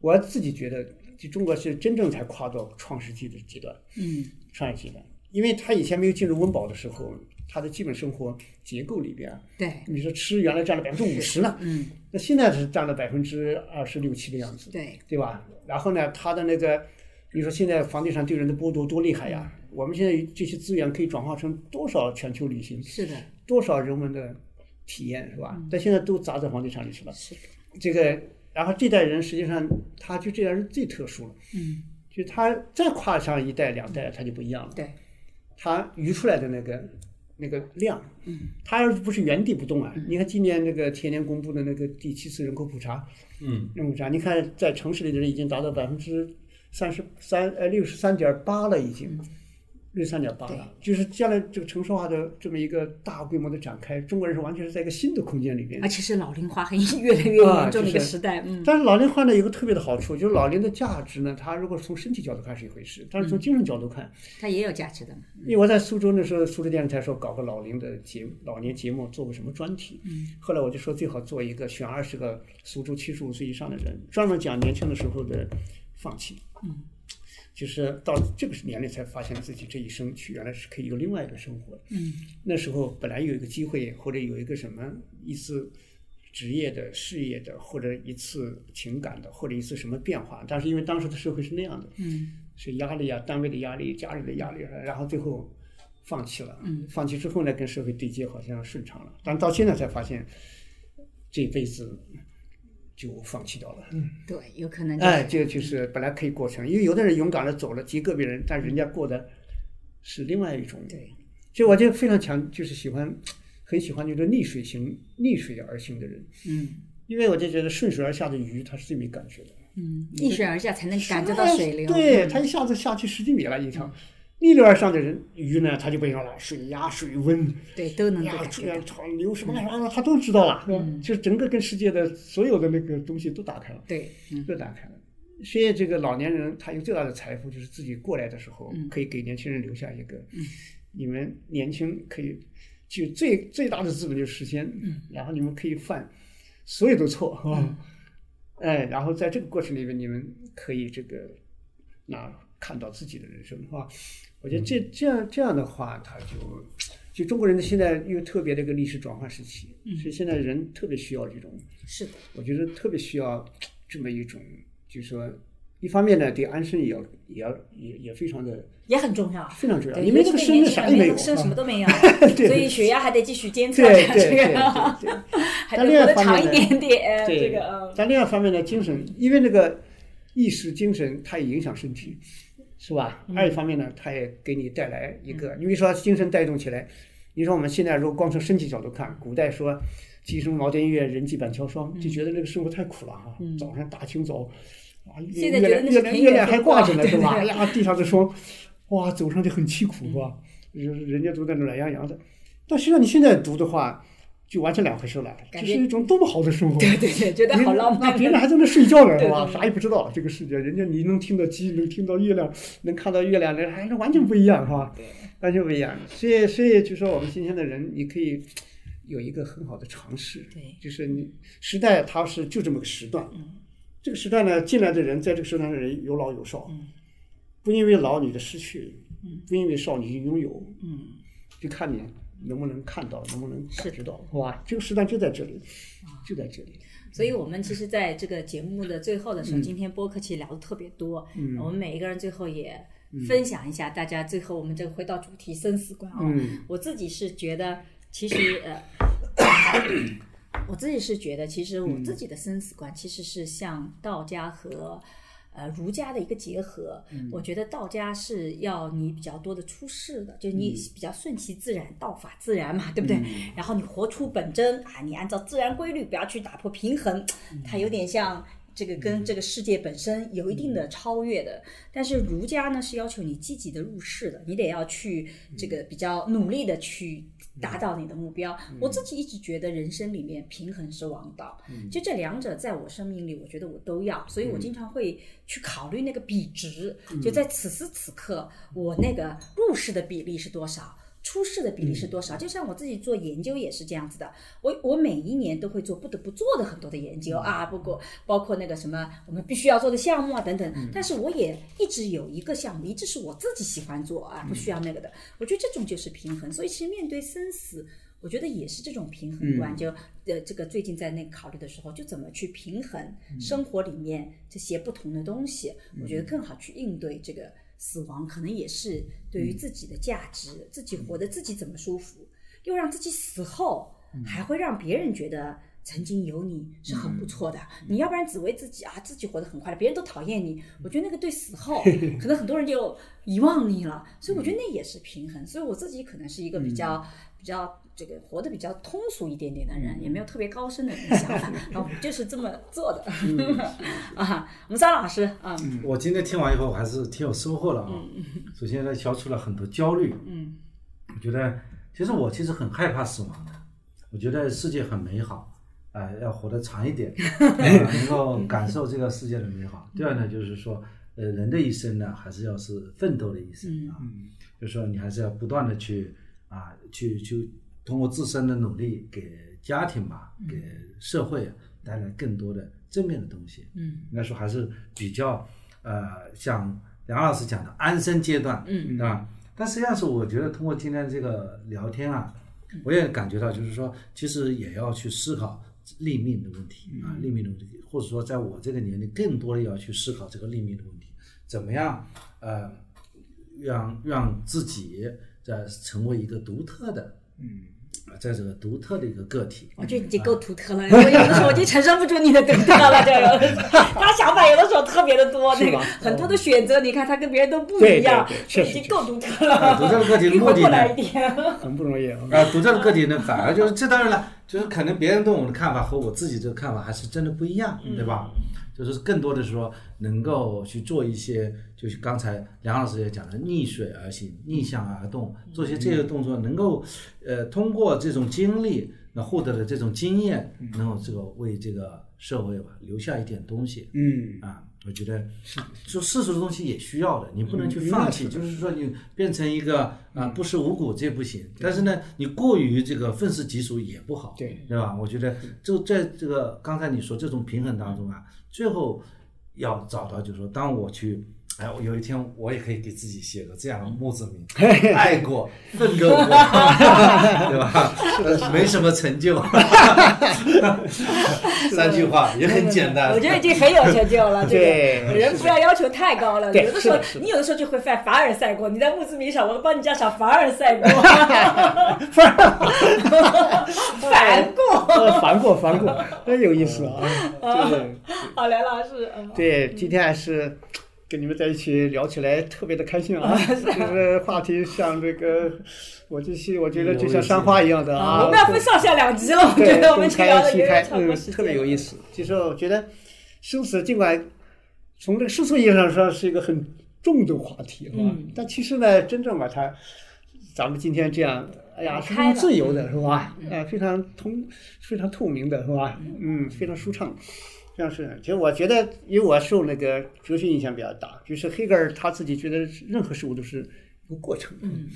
我自己觉得，就中国是真正才跨到创世纪的阶段，
嗯，
商业阶段，因为他以前没有进入温饱的时候，他的基本生活结构里边，啊
对
你说吃原来占了百分之五十呢，
嗯，
那现在是占了百分之二十六七的样子，
对，
对吧？然后呢，他的那个，你说现在房地产对人的剥夺多厉害呀！我们现在这些资源可以转化成多少全球旅行，
是的，
多少人文的体验，是吧？但现在都砸在房地产里去了。
是的，
这个，然后这代人实际上他就这代人最特殊了，
嗯，
就他再跨上一代两代，他就不一样了。
对，
它余出来的那个那个量，
嗯
它要是不是原地不动啊，你看今年那个前年公布的那个第七次人口普查，嗯，人口普查，你看在城市里的人已经达到百分之三十三呃六十三点八了，已经
嗯
六十三点八了，就是将来这个城市化的这么一个大规模的展开，中国人是完全是在一个新的空间里边
而。且是老龄化很 越来越严重的一个
啊就是
时代，嗯，
但是老龄化呢有个特别的好处，就是老龄的价值呢，它如果从身体角度看是一回事，但是
嗯
从精神角度看，
它也有价值的，
因为我在苏州那时候，苏州电视台说搞个老龄的节目老年节目，做个什么专题。嗯，后来我就说最好做一个选二十个苏州七十五岁以上的人，专门讲年轻的时候的放弃。嗯，就是到这个年龄才发现自己这一生去原来是可以有另外一个生活。嗯，那时候本来有一个机会或者有一个什么一次职业的、事业的，或者一次情感的，或者一次什么变化，但是因为当时的社会是那样的。
嗯，
是压力啊，单位的压力、家里的压力，然后最后放弃了。放弃之后呢，跟社会对接好像顺畅了，但到现在才发现，这辈子就放弃掉了。
对，有可能、就是，
哎，这个就是本来可以过程，因为有的人勇敢的走了，极个别人，但人家过的是另外一种。
对，
就我就非常强，就是喜欢，很喜欢就是逆水行逆水而行的人，
嗯
因为我就觉得顺水而下的鱼，它是最没感觉的。
嗯，逆水而下才能感觉到水流，
啊对
嗯
他一下子下去十几米了，一条逆流而上的人鱼呢，他就不一样了，水压、水温
嗯
哎
对嗯都能够
呀
感，
水
觉
呀
到，
潮流什么乱七八糟，他都知道了，就是整个跟世界的所有的那个东西都打开了，
对，嗯
都打开了。所以这个老年人他有最大的财富就是自己过来的时候，可以给年轻人留下一个，你们年轻可以就最最大的资本就是时间，然后你们可以犯所有的错，是吧 哎，然后在这个过程里面，你们可以这个那看到自己的人生，是吧？我觉得这这样这样的话，他就就中国人现在又特别的一个历史转换时期，所以现在人特别需要这种，
是的，
我觉得特别需要这么一种，就是说，一方面呢，对安身也要也要也也非常的
也很重要。
非常重要，
对，
你没这个
对
身，
年
子
轻
啥
人
也没
没啊这
有
个身，什么
啊
都没 有，
对
所以血压还得继续监测，
对对
这
对
个
对对。
还
但
得活得
另外一方
长
面
一
呢
点点，
对
这个嗯。
但另外一方面呢，精神，因为那个意识、精神，它也影响身体，是吧？
嗯
二一方面呢，它也给你带来一个，因为说精神带动起来，你说我们现在如果光从身体角度看，古代说鸡生茅店月，人饥板桥霜，
嗯
就觉得那个生活太苦了哈、早上大清早，啊，月
现在
月
觉得
亮
那
月
是
亮
田
月
园
亮还
风
挂
光
着呢， 是吧？
对
哎呀，地上的霜，哇，走上去很凄
嗯
苦，是吧？就是人家都在那懒洋洋的，但实际上你现在读的话，就完全两回事了，
感
这
觉
是一种多么好的生活，
对对对，觉得好浪漫
那。别人还在那睡 觉呢，
对
是
对
吧？
对
啥也不知道这个世界，人家你能听到鸡，能听到月亮，能看到月亮，那还那完全不一样，是吧？完全不一样。所以，所以就说我们今天的人，你可以有一个很好的尝试，
对嗯
就是你时代它是就这么个时段，这个时段呢，进来的人，在这个时段的人有老有少，
嗯
不因为老你的失去，不因为少你的拥有，
嗯，
就看你能不能看到，能不能感觉到，是吧？这个时段就在这里，
啊
就在这里。
所以我们其实在这个节目的最后的时候，今天播客其实聊的特别多，
嗯
我们每一个人最后也分享一下，大家最后我们这个回到主题生死观啊、
嗯
我自己是觉得，其实呃，我自己是觉得，其实我自己的生死观其实是像道家和。呃，儒家的一个结合，我觉得道家是要你比较多的出世的，就你比较顺其自然，道法自然嘛，对不对？然后你活出本真啊，你按照自然规律，不要去打破平衡，它有点像这个跟这个世界本身有一定的超越的。但是儒家呢是要求你积极的入世的，你得要去这个比较努力的去达到你的目标。我自己一直觉得人生里面平衡是王道，就这两者在我生命里，我觉得我都要，所以我经常会去考虑那个比值，就在此时此刻我那个入世的比例是多少。出事的比例是多少？就像我自己做研究也是这样子的，我我每一年都会做不得不做的很多的研究啊，包括包括那个什么我们必须要做的项目啊等等。但是我也一直有一个项目，一直是我自己喜欢做啊，不需要那个的。我觉得这种就是平衡。所以其实面对生死，我觉得也是这种平衡观。就呃，这个最近在那个考虑的时候，就怎么去平衡生活里面这些不同的东西，我觉得更好去应对这个。死亡可能也是对于自己的价值，自己活得自己怎么舒服，又让自己死后还会让别人觉得曾经有你是很不错的。你要不然只为自己啊，自己活得很快乐，别人都讨厌你。我觉得那个对死后可能很多人就遗忘你了，所以我觉得那也是平衡。所以我自己可能是一个比较比较。这个活得比较通俗一点点的人，也没有特别高深的想法，然后就是这么做的 啊。我们张老师啊，
我今天听完以后，我还是挺有收获的啊。首先呢，消除了很多焦虑。
嗯，
我觉得，其实我其实很害怕死亡的。我觉得世界很美好，啊、要活得长 一点，啊能够感受这个世界的美好。第二呢，就是说，呃，人的一生呢，还是要是奋斗的一
嗯
生啊，就是说你还是要不断的去啊，去去通过自身的努力，给家庭吧，给社会带来更多的正面的东西。
嗯，
应该说还是比较呃，像梁老师讲的安身阶段，
嗯
对吧？但实际上是我觉得通过今天这个聊天啊，
嗯
我也感觉到就是说，其实也要去思考立命的问题
嗯
啊，立命的问题，或者说在我这个年龄，更多的要去思考这个立命的问题，怎么样呃，让让自己在成为一个独特的，嗯，在这个独特的一个个体，
我觉得你这够
嗯
独特了，我有的时候我就承受不住你的独特了，这有的时候他想法有的时候特别的多，那
是
个
吧
很多的选择，你看他跟别人都不一样
对对对，
这
确
已
实
经够独特了。
独特的个体的
灵
目
活
的
过
呢
来一点，
很不容易啊。
啊，独特的个体呢，反而就是这当然了，就是可能别人对我的看法和我自己这个看法还是真的不一样，对吧？就是更多的说能够去做一些，就是刚才梁老师也讲了，逆水而行，逆向而动，做一些这些动作，能够呃通过这种经历，那获得的这种经验，能够这个为这个社会吧留下一点东西，
嗯，
啊，我觉得就世俗的东西也需要的，你不能去放弃。就是说，你变成一个啊不食五谷这不行，但是呢，你过于这个愤世嫉俗也不好，
对
对吧？我觉得就在这个刚才你说这种平衡当中啊，最后要找到就是说，当我去。哎，我有一天我也可以给自己写个这样的墓志铭：爱过，奋斗过， 对吧？呃没什么成就， 三句话也很简单。
我觉得已经很有成就了。这个
对
人不要要求太高了，
对
有的时候
是的是的
你有的时候就会犯凡尔赛过。你在墓志铭上，我帮你加上凡尔赛 过，反过。
呃，烦过烦过，真有意思啊，
嗯
真的。
好，梁老师，嗯
对，今天还是跟你们在一起聊起来特别的开 心啊！就是话题像这个，我这些我觉得就像山花一样的
啊，
啊，
我们要分上下两集了，我觉
对，
得我们
东
这聊
开
的
西
远
开
远，超
嗯
过时，间，
特别有意。思。就是我觉得生死尽管从这个世俗意义上说是一个很重的话题啊，
嗯
但其实呢，真正把它，咱们今天这样，哎呀，非
开了
常自由的是吧？哎，非常通，非常透明的是吧？嗯，非常舒畅。这样是，其实我觉得，因为我受那个哲学影响比较大，就是黑格尔他自己觉得任何事物都是一个过程，嗯，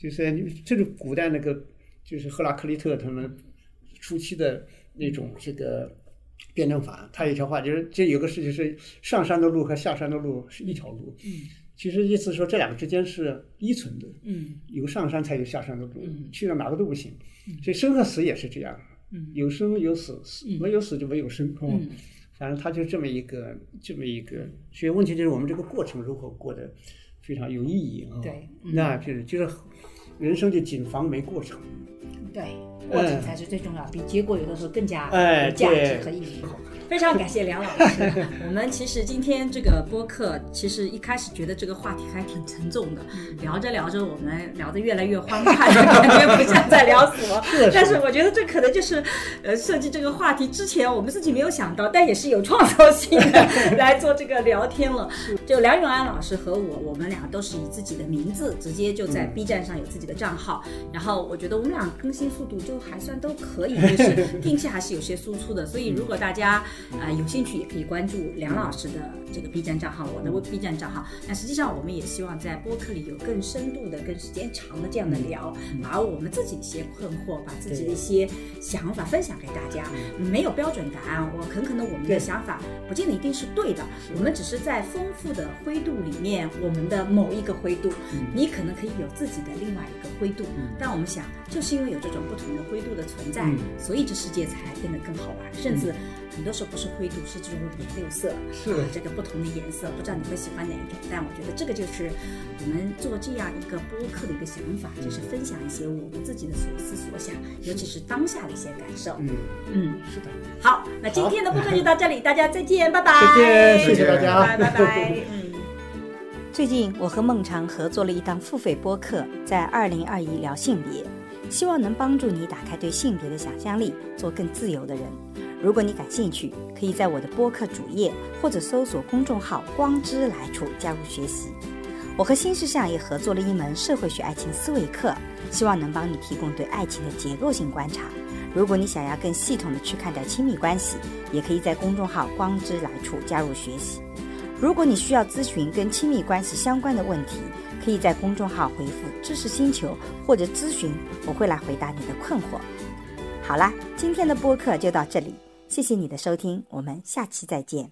就是你这个古代那个就是赫拉克利特他们初期的那种这个辩证法，他有一条话就是这有个事情是上山的路和下山的路是一条路，嗯，其实意思说这两个之间是依存的，
嗯，
有上山才有下山的路，去到哪个都不行，所以生和死也是这样，嗯，有生有死，死没有死就没有生，哦
嗯
反正它就这么一个这么一个，所以问题就是我们这个过程如何过得非常有意义啊，
对，嗯
那就是就是人生就谨防没过程。
对，过程才是最重要，比结果有的时候更加
嗯哎
有价值
对
和意义。非常感谢梁老 师，啊我们其实今天这个播客，其实一开始觉得这个话题还挺沉重的，
嗯
聊着聊着，我们聊得越来越欢快，感觉不像在聊死亡。但是我觉得这可能就是，呃，设计这个话题之前我们自己没有想到，但也是有创造性 的来做这个聊天了。就梁永安老师和我，我们俩都
嗯
是以自己的名字直接就在 B 站上有自己的账号，然后我觉得我们俩更新速度就就还算都可以，就是 定期还是有些输出的。所以如果大家啊、呃有兴趣，也可以关注梁老师的这个 B 站账号，我的微 B 站账号。那实际上我们也希望在播客里有更深度的、更时间长的这样的聊，把我们自己的一些困惑，把自己的一些想法分享给大家。没有标准答案，我很可能我们的
对
想法不见得一定是对的，我们只是在丰富的灰度里面，我们的某一个灰度，你可能可以有自己的另外一个灰度。但我们想，就是因为有这种不同的灰度的存在，
嗯
所以这世界才变得更好玩，甚至很多时候不是灰度，是这种五颜六色。
是
啊，这个不同的颜色，不知道你会喜欢哪一种，但我觉得这个就是我们做这样一个播客的一个想法，就是分享一些我们自己的所思所想，尤其是当下的一些感受。
嗯，
嗯，
是的。
好，那今天的播客就到这里，大家再见，拜拜。
再见谢谢大家
拜拜拜 拜。嗯。
最近我和孟常合作了一档付费播客，在二零二一聊性别，希望能帮助你打开对性别的想象力，做更自由的人。如果你感兴趣，可以在我的播客主页或者搜索公众号“光之来处”加入学习。我和新事项也合作了一门社会学爱情思维课，希望能帮你提供对爱情的结构性观察。如果你想要更系统的去看待亲密关系，也可以在公众号“光之来处”加入学习。如果你需要咨询跟亲密关系相关的问题，可以在公众号回复“知识星球”或者咨询，我会来回答你的困惑。好啦，今天的播客就到这里，谢谢你的收听，我们下期再见。